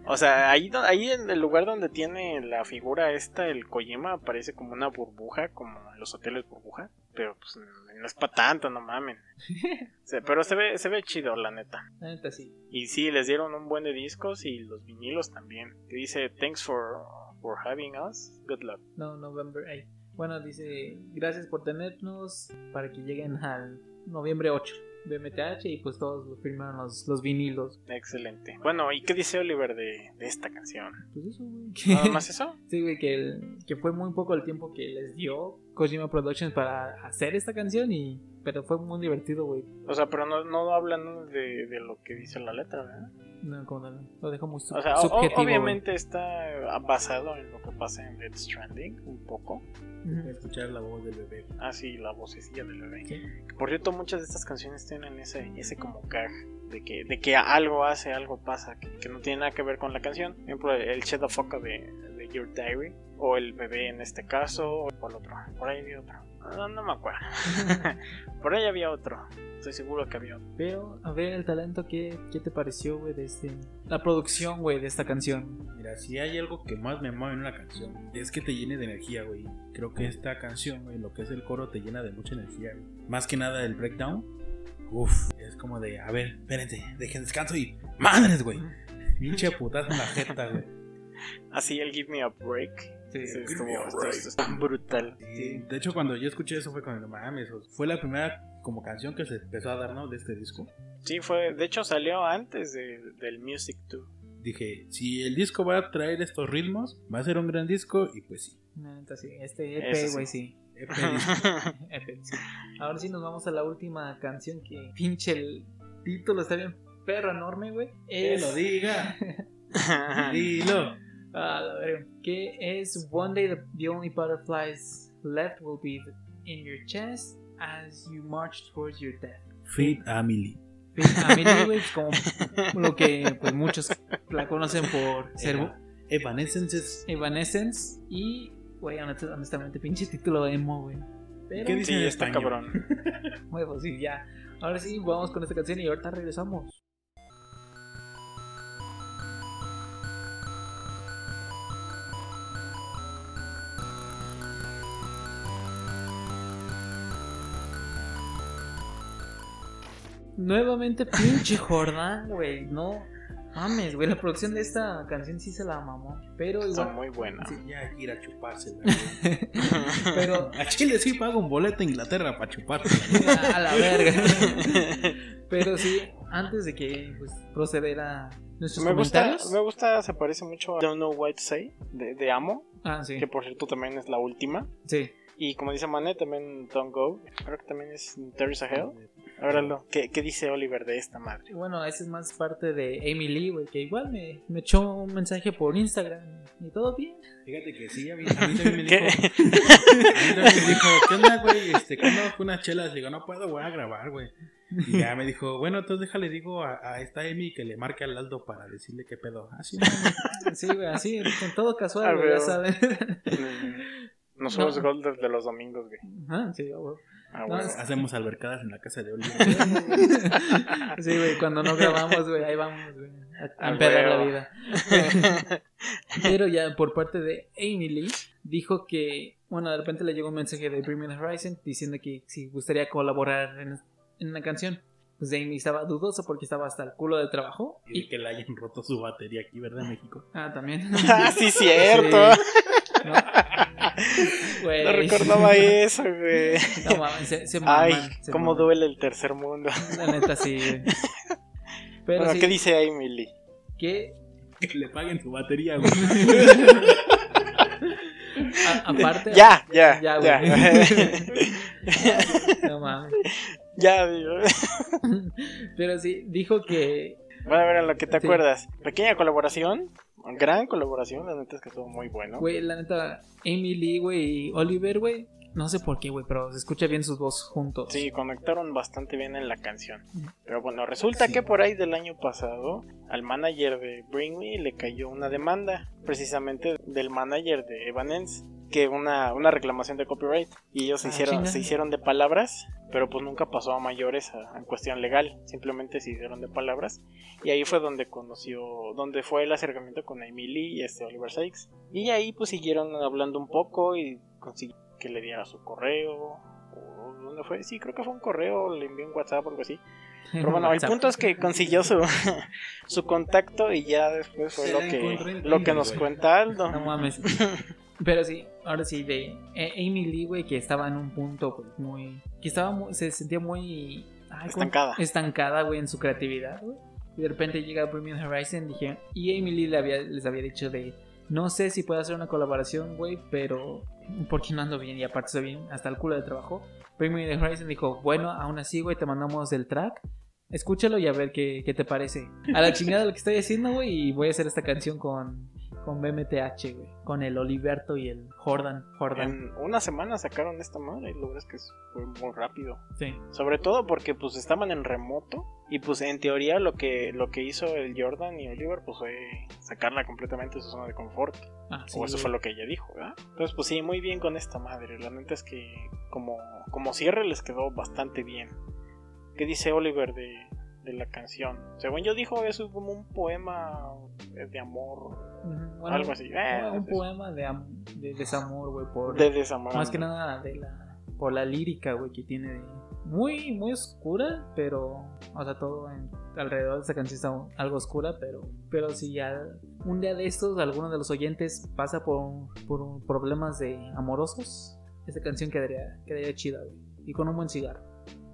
[SPEAKER 1] O sea, ahí, do- ahí en el lugar donde tiene la figura esta, el Kojima, parece como una burbuja, como en los hoteles burbuja. Pero pues no es para tanto, no mamen. O sea, pero se ve, se ve chido, la neta.
[SPEAKER 3] La neta, sí.
[SPEAKER 1] Y sí, les dieron un buen de discos y los vinilos también. Que dice, thanks for, for having us, good luck.
[SPEAKER 3] No, November 8. Bueno, dice: Gracias por tenernos para que lleguen al noviembre 8. BMTH y pues todos lo firmaron los, los vinilos.
[SPEAKER 1] Excelente. Bueno, ¿y qué dice Oliver de, de esta canción?
[SPEAKER 3] Pues eso, güey.
[SPEAKER 1] ¿Nada más eso?
[SPEAKER 3] Sí, güey, que, el- que fue muy poco el tiempo que les dio Kojima Productions para hacer esta canción y. Pero fue muy divertido, güey.
[SPEAKER 1] O sea, pero no, no hablan de, de lo que dice la letra, ¿verdad?
[SPEAKER 3] No, como no, lo dejo muy sub-
[SPEAKER 1] O sea, o-
[SPEAKER 3] subjetivo. güey.
[SPEAKER 1] obviamente está basado en lo que pasa en Death Stranding, un poco.
[SPEAKER 3] Ujú.
[SPEAKER 2] Escuchar la voz del bebé.
[SPEAKER 1] Así la vocecilla del bebé.
[SPEAKER 3] Sí.
[SPEAKER 1] Que, Por cierto, muchas de estas canciones tienen ese, ese como gag de que, de que algo hace, algo pasa, que, que no tiene nada que ver con la canción. Por ejemplo, el Shed of Foca de, de Your Diary, o el bebé en este caso, o el otro. Por ahí había otro. No, no me acuerdo. por ahí había otro. Estoy seguro que había otro.
[SPEAKER 3] Pero, a ver, el talento, ¿qué, qué te pareció, güey, de este... La producción, güey, de esta canción.
[SPEAKER 2] Mira, si hay algo que más me mueve en una canción, es que te llene de energía, güey. Creo que esta canción, güey, lo que es el coro, te llena de mucha energía. güey. Más que nada el breakdown, Uf, es como de, a ver, espérense, dejen descanso y madres, güey. Pinche putazo en la jeta, güey.
[SPEAKER 1] Así Ah, el Give Me a Break.
[SPEAKER 3] Sí,
[SPEAKER 1] Sí,
[SPEAKER 2] Give
[SPEAKER 1] estuvo-
[SPEAKER 2] Me a
[SPEAKER 1] esto-
[SPEAKER 2] Break.
[SPEAKER 1] esto es tan brutal.
[SPEAKER 2] Sí, De hecho, cuando yo escuché eso fue cuando, mames, o sea, fue la primera como canción que se empezó a dar, ¿no? De este disco.
[SPEAKER 1] Sí, fue. De hecho, salió antes de- del Music 2.
[SPEAKER 2] Dije, si el disco va a traer estos ritmos, va a ser un gran disco y pues sí.
[SPEAKER 3] La neta, sí. Este
[SPEAKER 1] Eso
[SPEAKER 3] EP,
[SPEAKER 1] sí.
[SPEAKER 3] güey, sí.
[SPEAKER 2] EP disco.
[SPEAKER 3] EP, sí. Ahora sí nos vamos a la última canción que pinche el título está bien perro enorme, güey.
[SPEAKER 2] Que
[SPEAKER 3] Es...
[SPEAKER 2] lo diga, dilo.
[SPEAKER 3] Ah, la verga. Que es One Day the, the Only Butterflies Left Will Be in Your Chest as You March Towards Your Death.
[SPEAKER 2] Fit Amelie.
[SPEAKER 3] A Millie, güey, es como lo que pues, muchos la conocen por ser
[SPEAKER 2] Evanescence.
[SPEAKER 3] Evanescence y, güey, honest- honestamente, pinche título de emo, güey. Pero,
[SPEAKER 2] ¿Qué dice
[SPEAKER 1] Sí,
[SPEAKER 2] en
[SPEAKER 1] está
[SPEAKER 2] español?
[SPEAKER 1] cabrón.
[SPEAKER 3] bueno, pues sí, ya. Ahora sí, vamos con esta canción y ahorita regresamos. Nuevamente pinche Jordán, güey, no mames, güey, la producción de esta canción sí se la mamó, pero
[SPEAKER 1] Está
[SPEAKER 3] igual,
[SPEAKER 1] muy buena.
[SPEAKER 2] Sí, ya hay que ir a chupársela. güey.
[SPEAKER 3] pero
[SPEAKER 2] A Chile sí pago un boleto a Inglaterra para chupársela.
[SPEAKER 3] a la verga. Pero sí, antes de que pues, proceder a nuestros
[SPEAKER 1] Me gusta,
[SPEAKER 3] comentarios.
[SPEAKER 1] me gusta, se parece mucho a Don't Know What to Say de, de Amo,
[SPEAKER 3] Ah, sí.
[SPEAKER 1] que por cierto también es la última.
[SPEAKER 3] Sí.
[SPEAKER 1] Y como dice Mané, también Don't Go. Creo que también es There is a Hell. Ahora, lo, ¿qué, ¿qué dice Oliver de esta madre?
[SPEAKER 3] Y Bueno, esa es más parte de Amy Lee, güey, que igual me, me echó un mensaje por Instagram. Y todo bien.
[SPEAKER 2] Fíjate que sí, a mí, a mí también me dijo.
[SPEAKER 1] ¿Qué?
[SPEAKER 2] A mí también me dijo, ¿qué onda, güey? Este, ¿cuándo hago unas chelas? Le digo, no puedo, voy a grabar, güey. Y ya me dijo, bueno, entonces déjale, digo a, a esta Emi que le marque al Aldo para decirle qué pedo. "Ah, Así,
[SPEAKER 3] Sí, güey, así, en todo
[SPEAKER 1] Ah,
[SPEAKER 3] casual, güey,
[SPEAKER 1] veo.
[SPEAKER 3] ya saben.
[SPEAKER 1] No somos
[SPEAKER 3] No.
[SPEAKER 1] Gold de los domingos, güey.
[SPEAKER 3] Ajá, sí, güey.
[SPEAKER 1] Ah,
[SPEAKER 3] No,
[SPEAKER 1] huevo.
[SPEAKER 3] es-
[SPEAKER 2] hacemos albercadas en la casa de Oliver.
[SPEAKER 3] Sí, güey, cuando no grabamos, güey, ahí vamos, güey. A, a
[SPEAKER 1] Ah,
[SPEAKER 3] empedar la
[SPEAKER 1] huevo.
[SPEAKER 3] vida. Pero ya por parte de Amy Lee, dijo que, bueno, de repente le llegó un mensaje de Bring Me the Horizon diciendo que si gustaría colaborar en, en una canción. Pues Amy estaba dudosa porque estaba hasta el culo de trabajo.
[SPEAKER 2] Y
[SPEAKER 3] Y,
[SPEAKER 2] que le hayan roto su batería aquí, ¿verdad, México?
[SPEAKER 3] ah, también.
[SPEAKER 1] ah, sí, cierto.
[SPEAKER 3] Sí. No. Güey.
[SPEAKER 1] No recordaba eso, güey.
[SPEAKER 3] No mames, se, se
[SPEAKER 1] Ay,
[SPEAKER 3] maman, se
[SPEAKER 1] cómo
[SPEAKER 3] maman.
[SPEAKER 1] duele el tercer mundo.
[SPEAKER 3] La neta sí. güey. Pero
[SPEAKER 1] Bueno,
[SPEAKER 3] sí,
[SPEAKER 1] ¿qué dice Emily?
[SPEAKER 3] que
[SPEAKER 2] Que le paguen su batería, güey.
[SPEAKER 3] a- aparte
[SPEAKER 1] Ya, ya,
[SPEAKER 3] Ya,
[SPEAKER 1] ya.
[SPEAKER 3] güey.
[SPEAKER 1] Ya,
[SPEAKER 3] No mames.
[SPEAKER 1] digo.
[SPEAKER 3] Pero sí, dijo que.
[SPEAKER 1] Bueno, a ver, en lo que te
[SPEAKER 3] Sí.
[SPEAKER 1] acuerdas. Pequeña colaboración, gran colaboración, la neta es que estuvo muy bueno.
[SPEAKER 3] Güey, la neta, Emily, güey, y Oliver, güey. No sé por qué, güey, pero se escucha bien sus voces juntos.
[SPEAKER 1] Sí, conectaron bastante bien en la canción.
[SPEAKER 3] Ujú.
[SPEAKER 1] Pero bueno, resulta
[SPEAKER 2] Sí.
[SPEAKER 1] que por ahí del año pasado al manager de Bring Me le cayó una demanda, precisamente del manager de Evanence, que una, una reclamación de copyright. Y ellos se,
[SPEAKER 3] Ah,
[SPEAKER 1] hicieron,
[SPEAKER 3] chinga.
[SPEAKER 1] se hicieron de palabras, pero pues nunca pasó a mayores a- en cuestión legal, simplemente se hicieron de palabras. Y ahí fue donde conoció, donde fue el acercamiento con Amy Lee y este Oliver Sykes. Y ahí pues siguieron hablando un poco y consiguieron que le diera su correo. o ¿Dónde fue? Sí, creo que fue un correo, le envió un WhatsApp o algo así. Pero bueno, el
[SPEAKER 3] WhatsApp.
[SPEAKER 1] punto es que consiguió su, su contacto y ya después fue
[SPEAKER 2] Se
[SPEAKER 1] lo
[SPEAKER 2] la encontró
[SPEAKER 1] que,
[SPEAKER 2] en
[SPEAKER 1] lo que
[SPEAKER 2] Tinder,
[SPEAKER 1] nos
[SPEAKER 2] güey.
[SPEAKER 1] cuenta Aldo.
[SPEAKER 3] No mames. Pero sí, ahora sí, de eh, Amy Lee, güey, que estaba en un punto pues, muy. que estaba muy- se sentía muy. ay, ¿cómo-
[SPEAKER 1] Estancada.
[SPEAKER 3] Estancada, güey, en su creatividad, güey. Y de repente llega Premium Horizon, dije. Y Amy Lee le había- les había dicho de. No sé si puedo hacer una colaboración, güey, pero. porque no ando bien y aparte estoy bien hasta el culo de trabajo. Premium Horizon dijo: Bueno, aún así, güey, te mandamos el track. Escúchalo y a ver qué, qué te parece. A la chingada lo que estoy haciendo, güey, y voy a hacer esta canción con, con BMTH, güey. Con el Oliverto y el Jordan. Jordan.
[SPEAKER 1] En una semana sacaron esta madre y lo verdad es que fue muy rápido.
[SPEAKER 3] Sí.
[SPEAKER 1] Sobre todo porque pues estaban en remoto y pues en teoría lo que lo que hizo el Jordan y Oliver pues fue sacarla completamente de su zona de confort.
[SPEAKER 3] Ah, sí,
[SPEAKER 1] o eso
[SPEAKER 3] güey.
[SPEAKER 1] fue lo que ella dijo, ¿verdad? Entonces pues sí, muy bien con esta madre. La neta es que como, como cierre les quedó bastante bien. ¿Qué dice Oliver de, de la canción? Según yo dijo eso es como un poema eh, de amor,
[SPEAKER 3] Ujú, bueno,
[SPEAKER 1] algo así. Eh,
[SPEAKER 3] Un
[SPEAKER 1] es-
[SPEAKER 3] poema de, am- de desamor, güey, por...
[SPEAKER 1] de desamor.
[SPEAKER 3] Más que nada de la por la lírica, güey, que tiene de- muy, muy oscura, pero, o sea, todo en- alrededor de esa canción está algo oscura, pero, pero si ya un día de estos alguno de los oyentes pasa por, por problemas de amorosos, esa canción quedaría, quedaría chida, güey, y con un buen cigarro.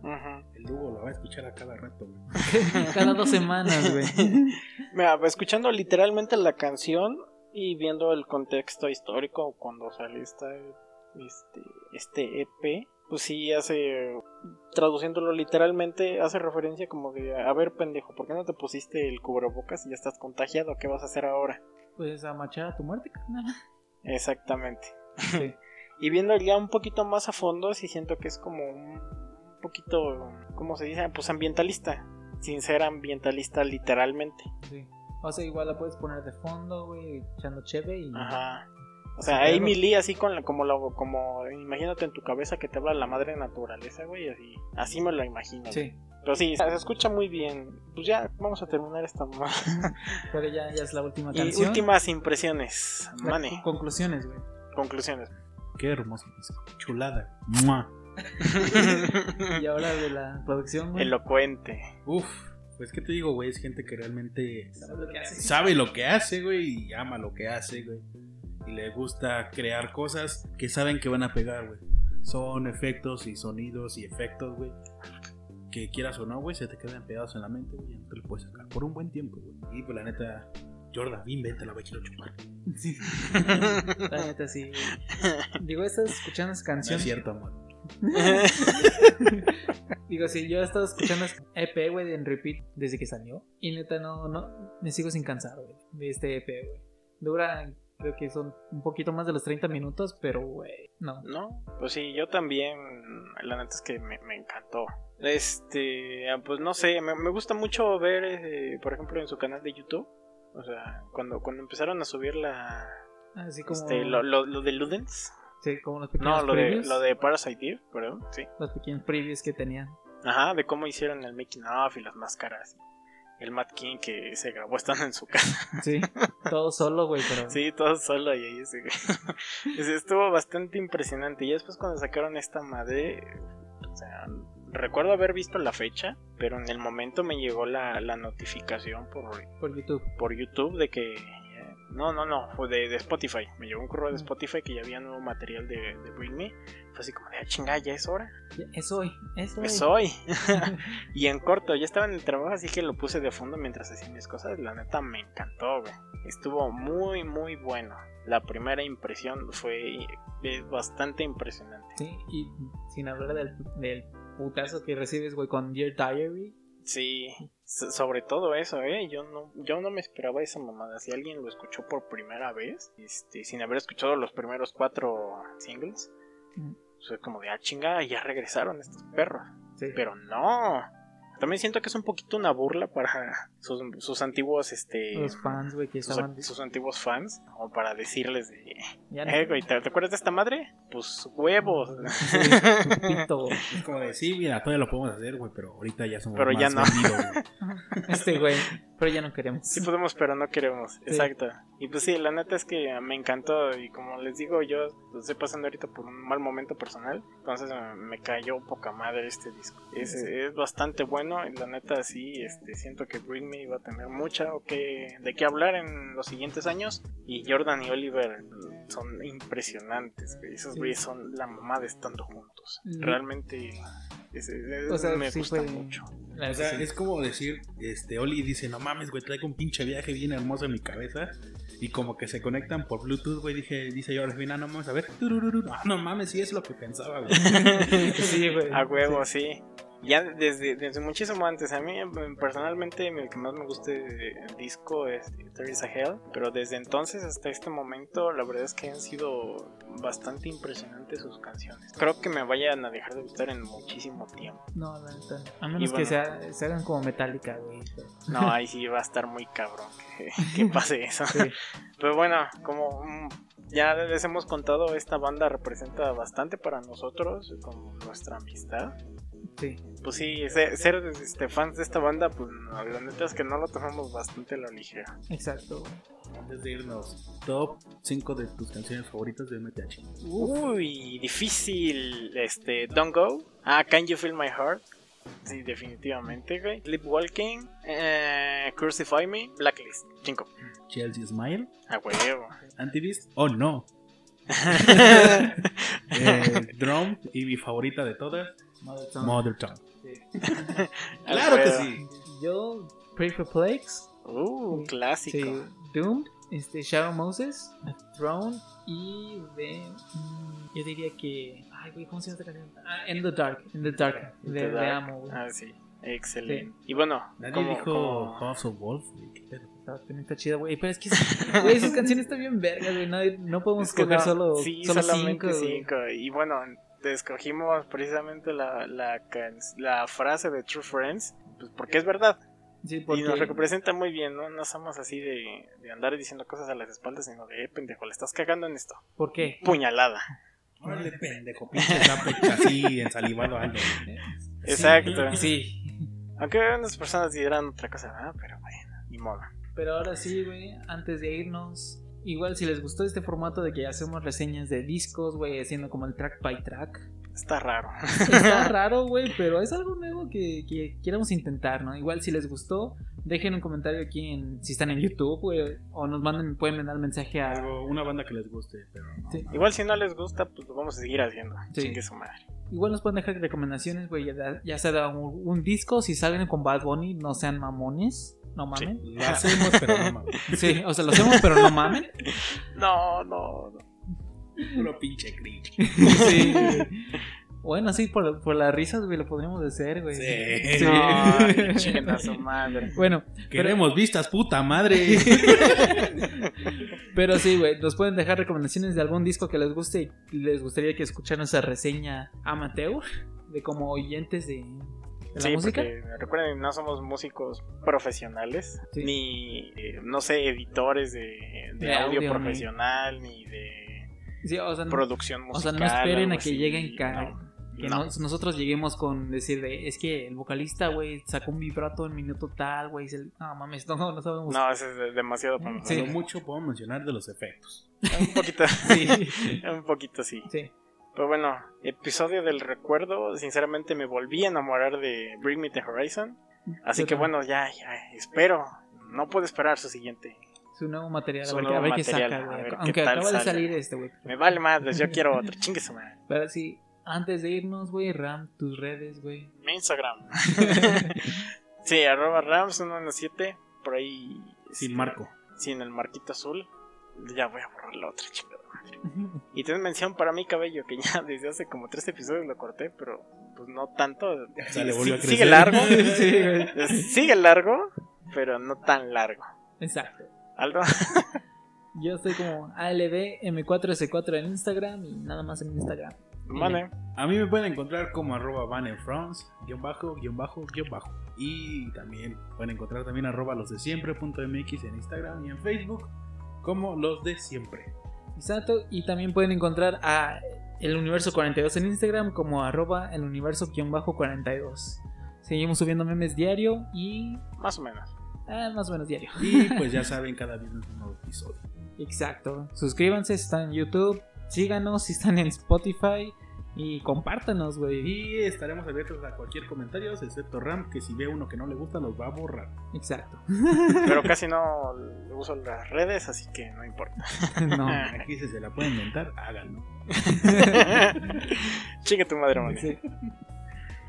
[SPEAKER 1] Ujú.
[SPEAKER 2] El Hugo lo va a escuchar a cada rato, güey.
[SPEAKER 3] Cada dos semanas, güey.
[SPEAKER 1] Mira, escuchando literalmente la canción y viendo el contexto histórico cuando sale esta, este, este EP, pues sí hace, traduciéndolo literalmente, hace referencia como de, a ver pendejo, ¿por qué no te pusiste el cubrebocas y ya estás contagiado? ¿Qué vas a hacer ahora?
[SPEAKER 3] Pues a marchar a tu muerte, carnal.
[SPEAKER 1] Exactamente.
[SPEAKER 3] Sí.
[SPEAKER 1] Y viendo ya un poquito más a fondo, sí siento que es como un poquito, ¿cómo se dice? Pues ambientalista. Sin ser ambientalista literalmente.
[SPEAKER 3] Sí. O sea, igual la puedes poner de fondo, güey, echando cheve y...
[SPEAKER 1] Ajá. O sea,
[SPEAKER 3] Sí,
[SPEAKER 1] Amy Lee así con la, como la, como imagínate en tu cabeza que te habla la madre naturaleza, güey, así, así me lo imagino. güey.
[SPEAKER 3] Sí,
[SPEAKER 1] Pero sí, se escucha muy bien. Pues ya vamos a terminar esta mamá.
[SPEAKER 3] pero ya, ya es la última
[SPEAKER 1] Y
[SPEAKER 3] canción.
[SPEAKER 1] últimas impresiones,
[SPEAKER 3] La-
[SPEAKER 1] Mane,
[SPEAKER 3] Conclusiones, güey.
[SPEAKER 1] conclusiones.
[SPEAKER 2] Qué hermoso disco. Chulada. ¡Mua!
[SPEAKER 3] Y ahora de la producción, güey.
[SPEAKER 1] Elocuente.
[SPEAKER 2] Uf. Pues, ¿qué te digo, güey? Es gente que realmente
[SPEAKER 3] ¿Sabes lo que hace?
[SPEAKER 2] sabe lo que hace, güey, y ama lo que hace, güey. Y le gusta crear cosas que saben que van a pegar, güey. Son efectos y sonidos y efectos, güey. Que quieras o no, güey, se te quedan pegados en la mente, güey. y No te lo puedes sacar por un buen tiempo, güey. Y pues la neta, Jordan, inventa la voy a quiero chupar.
[SPEAKER 3] Sí, la neta, sí. güey. Digo, estás escuchando esa
[SPEAKER 2] No
[SPEAKER 3] canción.
[SPEAKER 2] es cierto, amor.
[SPEAKER 3] Digo, sí, yo he estado escuchando ese EP, güey, en repeat desde que salió. Y neta, no, no, me sigo sin cansar, güey, de este EP, güey. Dura, creo que son un poquito más de los 30 minutos, pero, güey, no.
[SPEAKER 1] ¿No? Pues sí, yo también. La neta es que me, me encantó. Este, ah, pues no sé, me, me gusta mucho ver, eh, por ejemplo, en su canal de YouTube. O sea, cuando, cuando empezaron a subir la.
[SPEAKER 3] Así como,
[SPEAKER 1] Este, lo, lo, lo de Ludens.
[SPEAKER 3] sí, como los
[SPEAKER 1] No,
[SPEAKER 3] pequeños
[SPEAKER 1] lo de,
[SPEAKER 3] previews.
[SPEAKER 1] lo de Parasite Eve, perdón, sí.
[SPEAKER 3] Los pequeños previews que tenían.
[SPEAKER 1] Ajá, de cómo hicieron el making of y las máscaras. El Matt King que se grabó estando en su casa.
[SPEAKER 3] Sí, todo solo, güey, pero...
[SPEAKER 1] Sí, todo solo y ahí se... Ese Estuvo bastante impresionante. Y después cuando sacaron esta madre... O sea, recuerdo haber visto la fecha, pero en el momento me llegó la, la notificación por,
[SPEAKER 3] Por YouTube.
[SPEAKER 1] por YouTube de que... eh, No, no, no, fue de, de Spotify. Me llegó un correo de Spotify que ya había nuevo material de, de Bring Me. Fue así como de, ah, chinga, ya es hora.
[SPEAKER 3] Ya, Es hoy, es Pues hoy.
[SPEAKER 1] Es hoy. y en corto, ya estaba en el trabajo, así que lo puse de fondo mientras hacía mis cosas. La neta me encantó, güey. Estuvo muy, muy bueno. La primera impresión fue eh, bastante impresionante.
[SPEAKER 3] Sí, y sin hablar del, del putazo que recibes, güey, con Dear Diary.
[SPEAKER 1] Sí, so- sobre todo eso, ¿eh? Yo no, yo no me esperaba esa mamada. Si alguien lo escuchó por primera vez, este, sin haber escuchado los primeros cuatro singles,
[SPEAKER 3] Mm.
[SPEAKER 1] fue como de, ah, chinga, ya regresaron estos perros.
[SPEAKER 3] Sí.
[SPEAKER 1] Pero no. También siento que es un poquito una burla para sus, sus antiguos, este...
[SPEAKER 3] Los fans, güey, que
[SPEAKER 1] sus,
[SPEAKER 3] estaban...
[SPEAKER 1] sus antiguos fans, como para decirles de,
[SPEAKER 3] Ya no-
[SPEAKER 1] pues, eh, güey, ¿te, te acuerdas de esta madre? Pues huevos.
[SPEAKER 3] Sí, pito, güey.
[SPEAKER 2] Es como de, sí, mira, todavía lo podemos hacer, güey, pero ahorita ya somos
[SPEAKER 1] Pero
[SPEAKER 2] más
[SPEAKER 1] ya no.
[SPEAKER 2] vendidos, güey.
[SPEAKER 3] Este, güey. Pero ya no queremos.
[SPEAKER 1] Sí pues, podemos, pero no queremos. Exacto. Y pues sí, la neta es que me encantó y como les digo, yo estoy pasando ahorita por un mal momento personal, entonces eh, me cayó poca madre este disco. Es, es bastante bueno y la neta sí, este, siento que Bring Me va a tener mucha o que, de qué hablar en los siguientes años y Jordan y Oliver mm, son impresionantes, güey. esos
[SPEAKER 3] Sí.
[SPEAKER 1] güeyes son la mamá de estando juntos.
[SPEAKER 3] Mm.
[SPEAKER 1] Realmente es- es-
[SPEAKER 3] O sea,
[SPEAKER 1] me
[SPEAKER 3] sí
[SPEAKER 1] gusta
[SPEAKER 3] fue-
[SPEAKER 1] mucho.
[SPEAKER 3] La
[SPEAKER 2] O sea,
[SPEAKER 3] neta, sí.
[SPEAKER 2] es como decir, este, Oli dice, no mames, güey, traigo un pinche viaje bien hermoso en mi cabeza. Y como que se conectan por Bluetooth, güey, dije, dice yo, al final, no mames, a ver, turururu. no, no mames, sí es lo que pensaba, güey.
[SPEAKER 3] Sí, güey.
[SPEAKER 1] A huevo, sí. Ya desde, desde muchísimo antes. A mí em, personalmente el que más me gusta el disco es There is a Hell. Pero desde entonces hasta este momento la verdad es que han sido bastante impresionantes sus canciones. Creo que me vayan a dejar de gustar en muchísimo tiempo.
[SPEAKER 3] No, la neta. A menos
[SPEAKER 1] Y bueno.
[SPEAKER 3] que se, ha- se hagan como Metallica, güey. pero-
[SPEAKER 1] No, ahí sí va a estar muy cabrón que, que pase eso.
[SPEAKER 3] Sí.
[SPEAKER 1] Pero bueno, como mm, ya les hemos contado, esta banda representa bastante para nosotros, como nuestra amistad.
[SPEAKER 3] Sí.
[SPEAKER 1] Pues sí, ser, ser, este, fans de esta banda, pues no, la neta es que no lo tomamos bastante a la ligera.
[SPEAKER 3] Exacto. güey.
[SPEAKER 2] Antes de irnos, top 5 de tus canciones favoritas de MTH.
[SPEAKER 1] Uy, difícil. Este, Don't Go. Ah, Can You Feel My Heart. Sí, definitivamente, güey. Sleepwalking. Eh, Crucify Me. Blacklist. Cinco.
[SPEAKER 2] Chelsea Smile,
[SPEAKER 1] A huevo.
[SPEAKER 2] Antibeast, oh no. Eh, Drum y mi favorita de todas,
[SPEAKER 3] Mother Tongue.
[SPEAKER 2] Mother Tongue.
[SPEAKER 1] A
[SPEAKER 2] Claro que
[SPEAKER 1] huevo.
[SPEAKER 2] sí.
[SPEAKER 3] Yo, Pray for Plagues,
[SPEAKER 1] Uh,
[SPEAKER 3] Sí.
[SPEAKER 1] clásico.
[SPEAKER 3] sí, Doomed, este, Shadow Moses, Throne y de. mm, Yo diría que. Ay, güey, ¿cómo se llama esta canción? Ah, In the Dark, In the Dark,
[SPEAKER 1] In
[SPEAKER 3] de,
[SPEAKER 1] the
[SPEAKER 3] de
[SPEAKER 1] Dark.
[SPEAKER 3] Amo, güey.
[SPEAKER 1] Ah, sí. Excelente. Y bueno,
[SPEAKER 2] Nadie
[SPEAKER 1] como-
[SPEAKER 2] dijo
[SPEAKER 1] como-
[SPEAKER 2] House of Wolves. güey, qué pedo.
[SPEAKER 3] Está, también está chida, güey. Pero es que, sí, güey, esas canciones están bien vergas, güey. No, no podemos
[SPEAKER 1] Es que
[SPEAKER 3] escoger
[SPEAKER 1] no,
[SPEAKER 3] solo,
[SPEAKER 1] sí,
[SPEAKER 3] solo
[SPEAKER 1] solamente
[SPEAKER 3] cinco, güey.
[SPEAKER 1] cinco. Y bueno, te escogimos precisamente la, la, can- la frase de True Friends, pues porque es verdad.
[SPEAKER 3] Sí, porque...
[SPEAKER 1] Y nos representa muy bien, ¿no? No somos así de, de andar diciendo cosas a las espaldas, sino de, eh, pendejo, le estás cagando en esto.
[SPEAKER 3] ¿Por qué?
[SPEAKER 1] Puñalada.
[SPEAKER 2] Órale, pendejo, pinche sapo, así ensalivado ¿eh? algo.
[SPEAKER 1] Exacto.
[SPEAKER 3] Sí.
[SPEAKER 1] Aunque unas personas dirán otra cosa, ¿verdad? Pero bueno, ni modo.
[SPEAKER 3] Pero ahora sí, güey, antes de irnos. Igual, si les gustó este formato de que hacemos reseñas de discos, güey, haciendo como el track by track.
[SPEAKER 1] Está raro.
[SPEAKER 3] Está raro, güey, pero es algo nuevo que, que queremos intentar, ¿no? Igual si les gustó, dejen un comentario aquí en, si están en YouTube, güey, o nos manden, pueden mandar mensaje a...
[SPEAKER 2] Algo, una banda que les guste, pero no.
[SPEAKER 3] Sí.
[SPEAKER 1] Igual si no les gusta, pues lo vamos a seguir haciendo.
[SPEAKER 3] Sí.
[SPEAKER 1] Chingue su madre.
[SPEAKER 3] Igual nos pueden dejar recomendaciones, güey, ya, ya sea un, un disco, si salen con Bad Bunny, no sean mamones, no mamen.
[SPEAKER 2] Lo ¿eh? hacemos, pero no mames.
[SPEAKER 3] Sí, o sea, lo hacemos, pero no mamen.
[SPEAKER 1] No, no, no.
[SPEAKER 2] Puro pinche cringe.
[SPEAKER 3] Sí. Bueno, sí, por, por las risas, güey, lo podríamos hacer, güey.
[SPEAKER 2] Sí.
[SPEAKER 3] Sí.
[SPEAKER 1] Ay, chinguen a su madre.
[SPEAKER 3] Bueno,
[SPEAKER 2] Queremos vistas, puta madre.
[SPEAKER 3] Pero sí, güey, nos pueden dejar recomendaciones de algún disco que les guste y les gustaría que escucharan esa reseña amateur de como oyentes de, de la
[SPEAKER 1] Sí,
[SPEAKER 3] música.
[SPEAKER 1] porque recuerden, no somos músicos profesionales,
[SPEAKER 3] Sí.
[SPEAKER 1] ni, eh, no sé, editores de, de
[SPEAKER 3] De
[SPEAKER 1] audio,
[SPEAKER 3] audio,
[SPEAKER 1] profesional, ni de
[SPEAKER 3] Sí, o sea, no,
[SPEAKER 1] producción
[SPEAKER 3] o sea,
[SPEAKER 1] musical.
[SPEAKER 3] no esperen
[SPEAKER 1] algo
[SPEAKER 3] a que
[SPEAKER 1] así,
[SPEAKER 3] lleguen ca-
[SPEAKER 1] no,
[SPEAKER 3] que
[SPEAKER 1] no.
[SPEAKER 3] nos- nosotros lleguemos con decir de, es que el vocalista, güey, sacó un vibrato en minuto tal, güey, y se- no mames, no, no sabemos.
[SPEAKER 1] No, eso es de- demasiado para
[SPEAKER 3] Sí.
[SPEAKER 1] nosotros.
[SPEAKER 2] Lo mucho puedo mencionar de los efectos.
[SPEAKER 1] Un poquito,
[SPEAKER 3] Sí,
[SPEAKER 1] un poquito sí.
[SPEAKER 3] sí.
[SPEAKER 1] Pero bueno, episodio del recuerdo, sinceramente me volví a enamorar de Bring Me the Horizon. Así
[SPEAKER 3] Yo
[SPEAKER 1] que
[SPEAKER 3] también.
[SPEAKER 1] bueno, ya, ya, espero. No puedo esperar su siguiente.
[SPEAKER 3] Su nuevo material, a
[SPEAKER 1] Su
[SPEAKER 3] ver, qué-
[SPEAKER 1] nuevo
[SPEAKER 3] a ver qué
[SPEAKER 1] material,
[SPEAKER 3] saca,
[SPEAKER 1] a
[SPEAKER 3] güey.
[SPEAKER 1] ver qué
[SPEAKER 3] Aunque
[SPEAKER 1] tal
[SPEAKER 3] acaba de
[SPEAKER 1] sale.
[SPEAKER 3] salir este, güey.
[SPEAKER 1] Me vale madres, yo quiero otro. Chingue su madre.
[SPEAKER 3] Pero sí, antes de irnos, güey, Ram, tus redes, güey.
[SPEAKER 1] Mi Instagram. sí, arroba rams117. Por ahí.
[SPEAKER 2] Sin
[SPEAKER 1] este,
[SPEAKER 2] marco.
[SPEAKER 1] Sin el marquito azul. Ya voy a borrar la otra chingada. Y tenés mención para mi cabello, que ya desde hace como tres episodios lo corté, pero pues no tanto.
[SPEAKER 2] sea, le
[SPEAKER 1] Sí,
[SPEAKER 2] volvió a
[SPEAKER 1] sigue
[SPEAKER 2] crecer.
[SPEAKER 1] largo.
[SPEAKER 3] sí, güey.
[SPEAKER 1] sigue largo, pero no tan largo.
[SPEAKER 3] Exacto.
[SPEAKER 1] Aldo,
[SPEAKER 3] Yo estoy como ALBM4S4 en Instagram y nada más en Instagram.
[SPEAKER 1] vale.
[SPEAKER 2] A mí me pueden encontrar como arroba van en France, guión bajo, guión bajo, guión bajo. Y también pueden encontrar también arroba los de siempre punto MX en Instagram y en Facebook como los de siempre.
[SPEAKER 3] Exacto. Y también pueden encontrar a El Universo 42 en Instagram como arroba el universo-42. Seguimos subiendo memes diario y...
[SPEAKER 1] Más o menos.
[SPEAKER 3] ah, más o menos diario.
[SPEAKER 2] Y pues ya saben, cada viernes un nuevo episodio.
[SPEAKER 3] Exacto. Suscríbanse si están en YouTube. Síganos si están en Spotify. Y compártanos, güey.
[SPEAKER 2] Y estaremos abiertos a cualquier comentario, excepto Ram, que si ve uno que no le gusta, los va a borrar.
[SPEAKER 3] Exacto.
[SPEAKER 1] Pero casi no uso las redes, así que no importa.
[SPEAKER 3] no.
[SPEAKER 2] Aquí si se la pueden inventar, háganlo.
[SPEAKER 1] Chingue tu madre, madre.
[SPEAKER 3] Sí.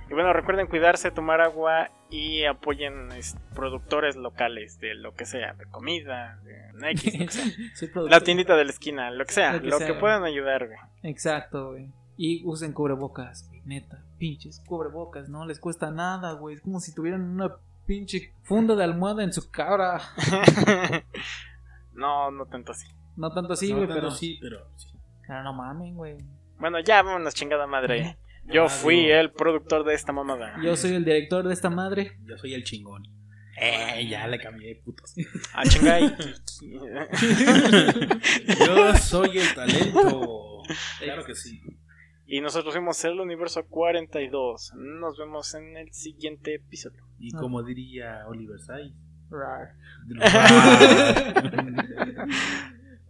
[SPEAKER 1] Y bueno, recuerden cuidarse, tomar agua y apoyen es, productores locales de lo que sea, de comida, de X, lo que sea.
[SPEAKER 3] Soy productor.
[SPEAKER 1] la tiendita de la esquina, lo que sea,
[SPEAKER 3] Lo que
[SPEAKER 1] lo
[SPEAKER 3] sea,
[SPEAKER 1] que
[SPEAKER 3] güey.
[SPEAKER 1] puedan ayudar, güey.
[SPEAKER 3] Exacto, güey. Y usen cubrebocas, güey, neta. Pinches cubrebocas, no les cuesta nada, güey. Es como si tuvieran una pinche funda de almohada en su cara.
[SPEAKER 1] no, no tanto así.
[SPEAKER 3] No tanto así,
[SPEAKER 2] No
[SPEAKER 3] güey,
[SPEAKER 2] tanto
[SPEAKER 3] pero.
[SPEAKER 2] sí, pero sí.
[SPEAKER 3] Pero no mamen, güey.
[SPEAKER 1] Bueno, ya vámonos, chingada madre. Yo
[SPEAKER 2] Ah,
[SPEAKER 1] fui eh.
[SPEAKER 2] digo,
[SPEAKER 1] el productor de esta mamada.
[SPEAKER 3] Yo soy el director de esta madre.
[SPEAKER 2] Yo soy el chingón. Eh, ya le cambié, putos.
[SPEAKER 1] Ah, chingay.
[SPEAKER 2] Yo soy el talento. Claro que sí.
[SPEAKER 1] Y nosotros fuimos el universo 42. Nos vemos en el siguiente episodio.
[SPEAKER 2] Y
[SPEAKER 3] Ah.
[SPEAKER 2] como diría Oliver Say.
[SPEAKER 3] Rar.
[SPEAKER 2] Wow.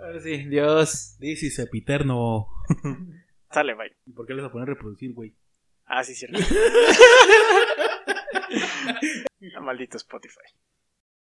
[SPEAKER 3] Ahora sí, Dios.
[SPEAKER 2] This is Epiterno.
[SPEAKER 1] Sale, bye.
[SPEAKER 2] ¿Y por qué les vas a poner reproducir, güey?
[SPEAKER 1] Ah, sí, cierto. Ah, Maldito Spotify.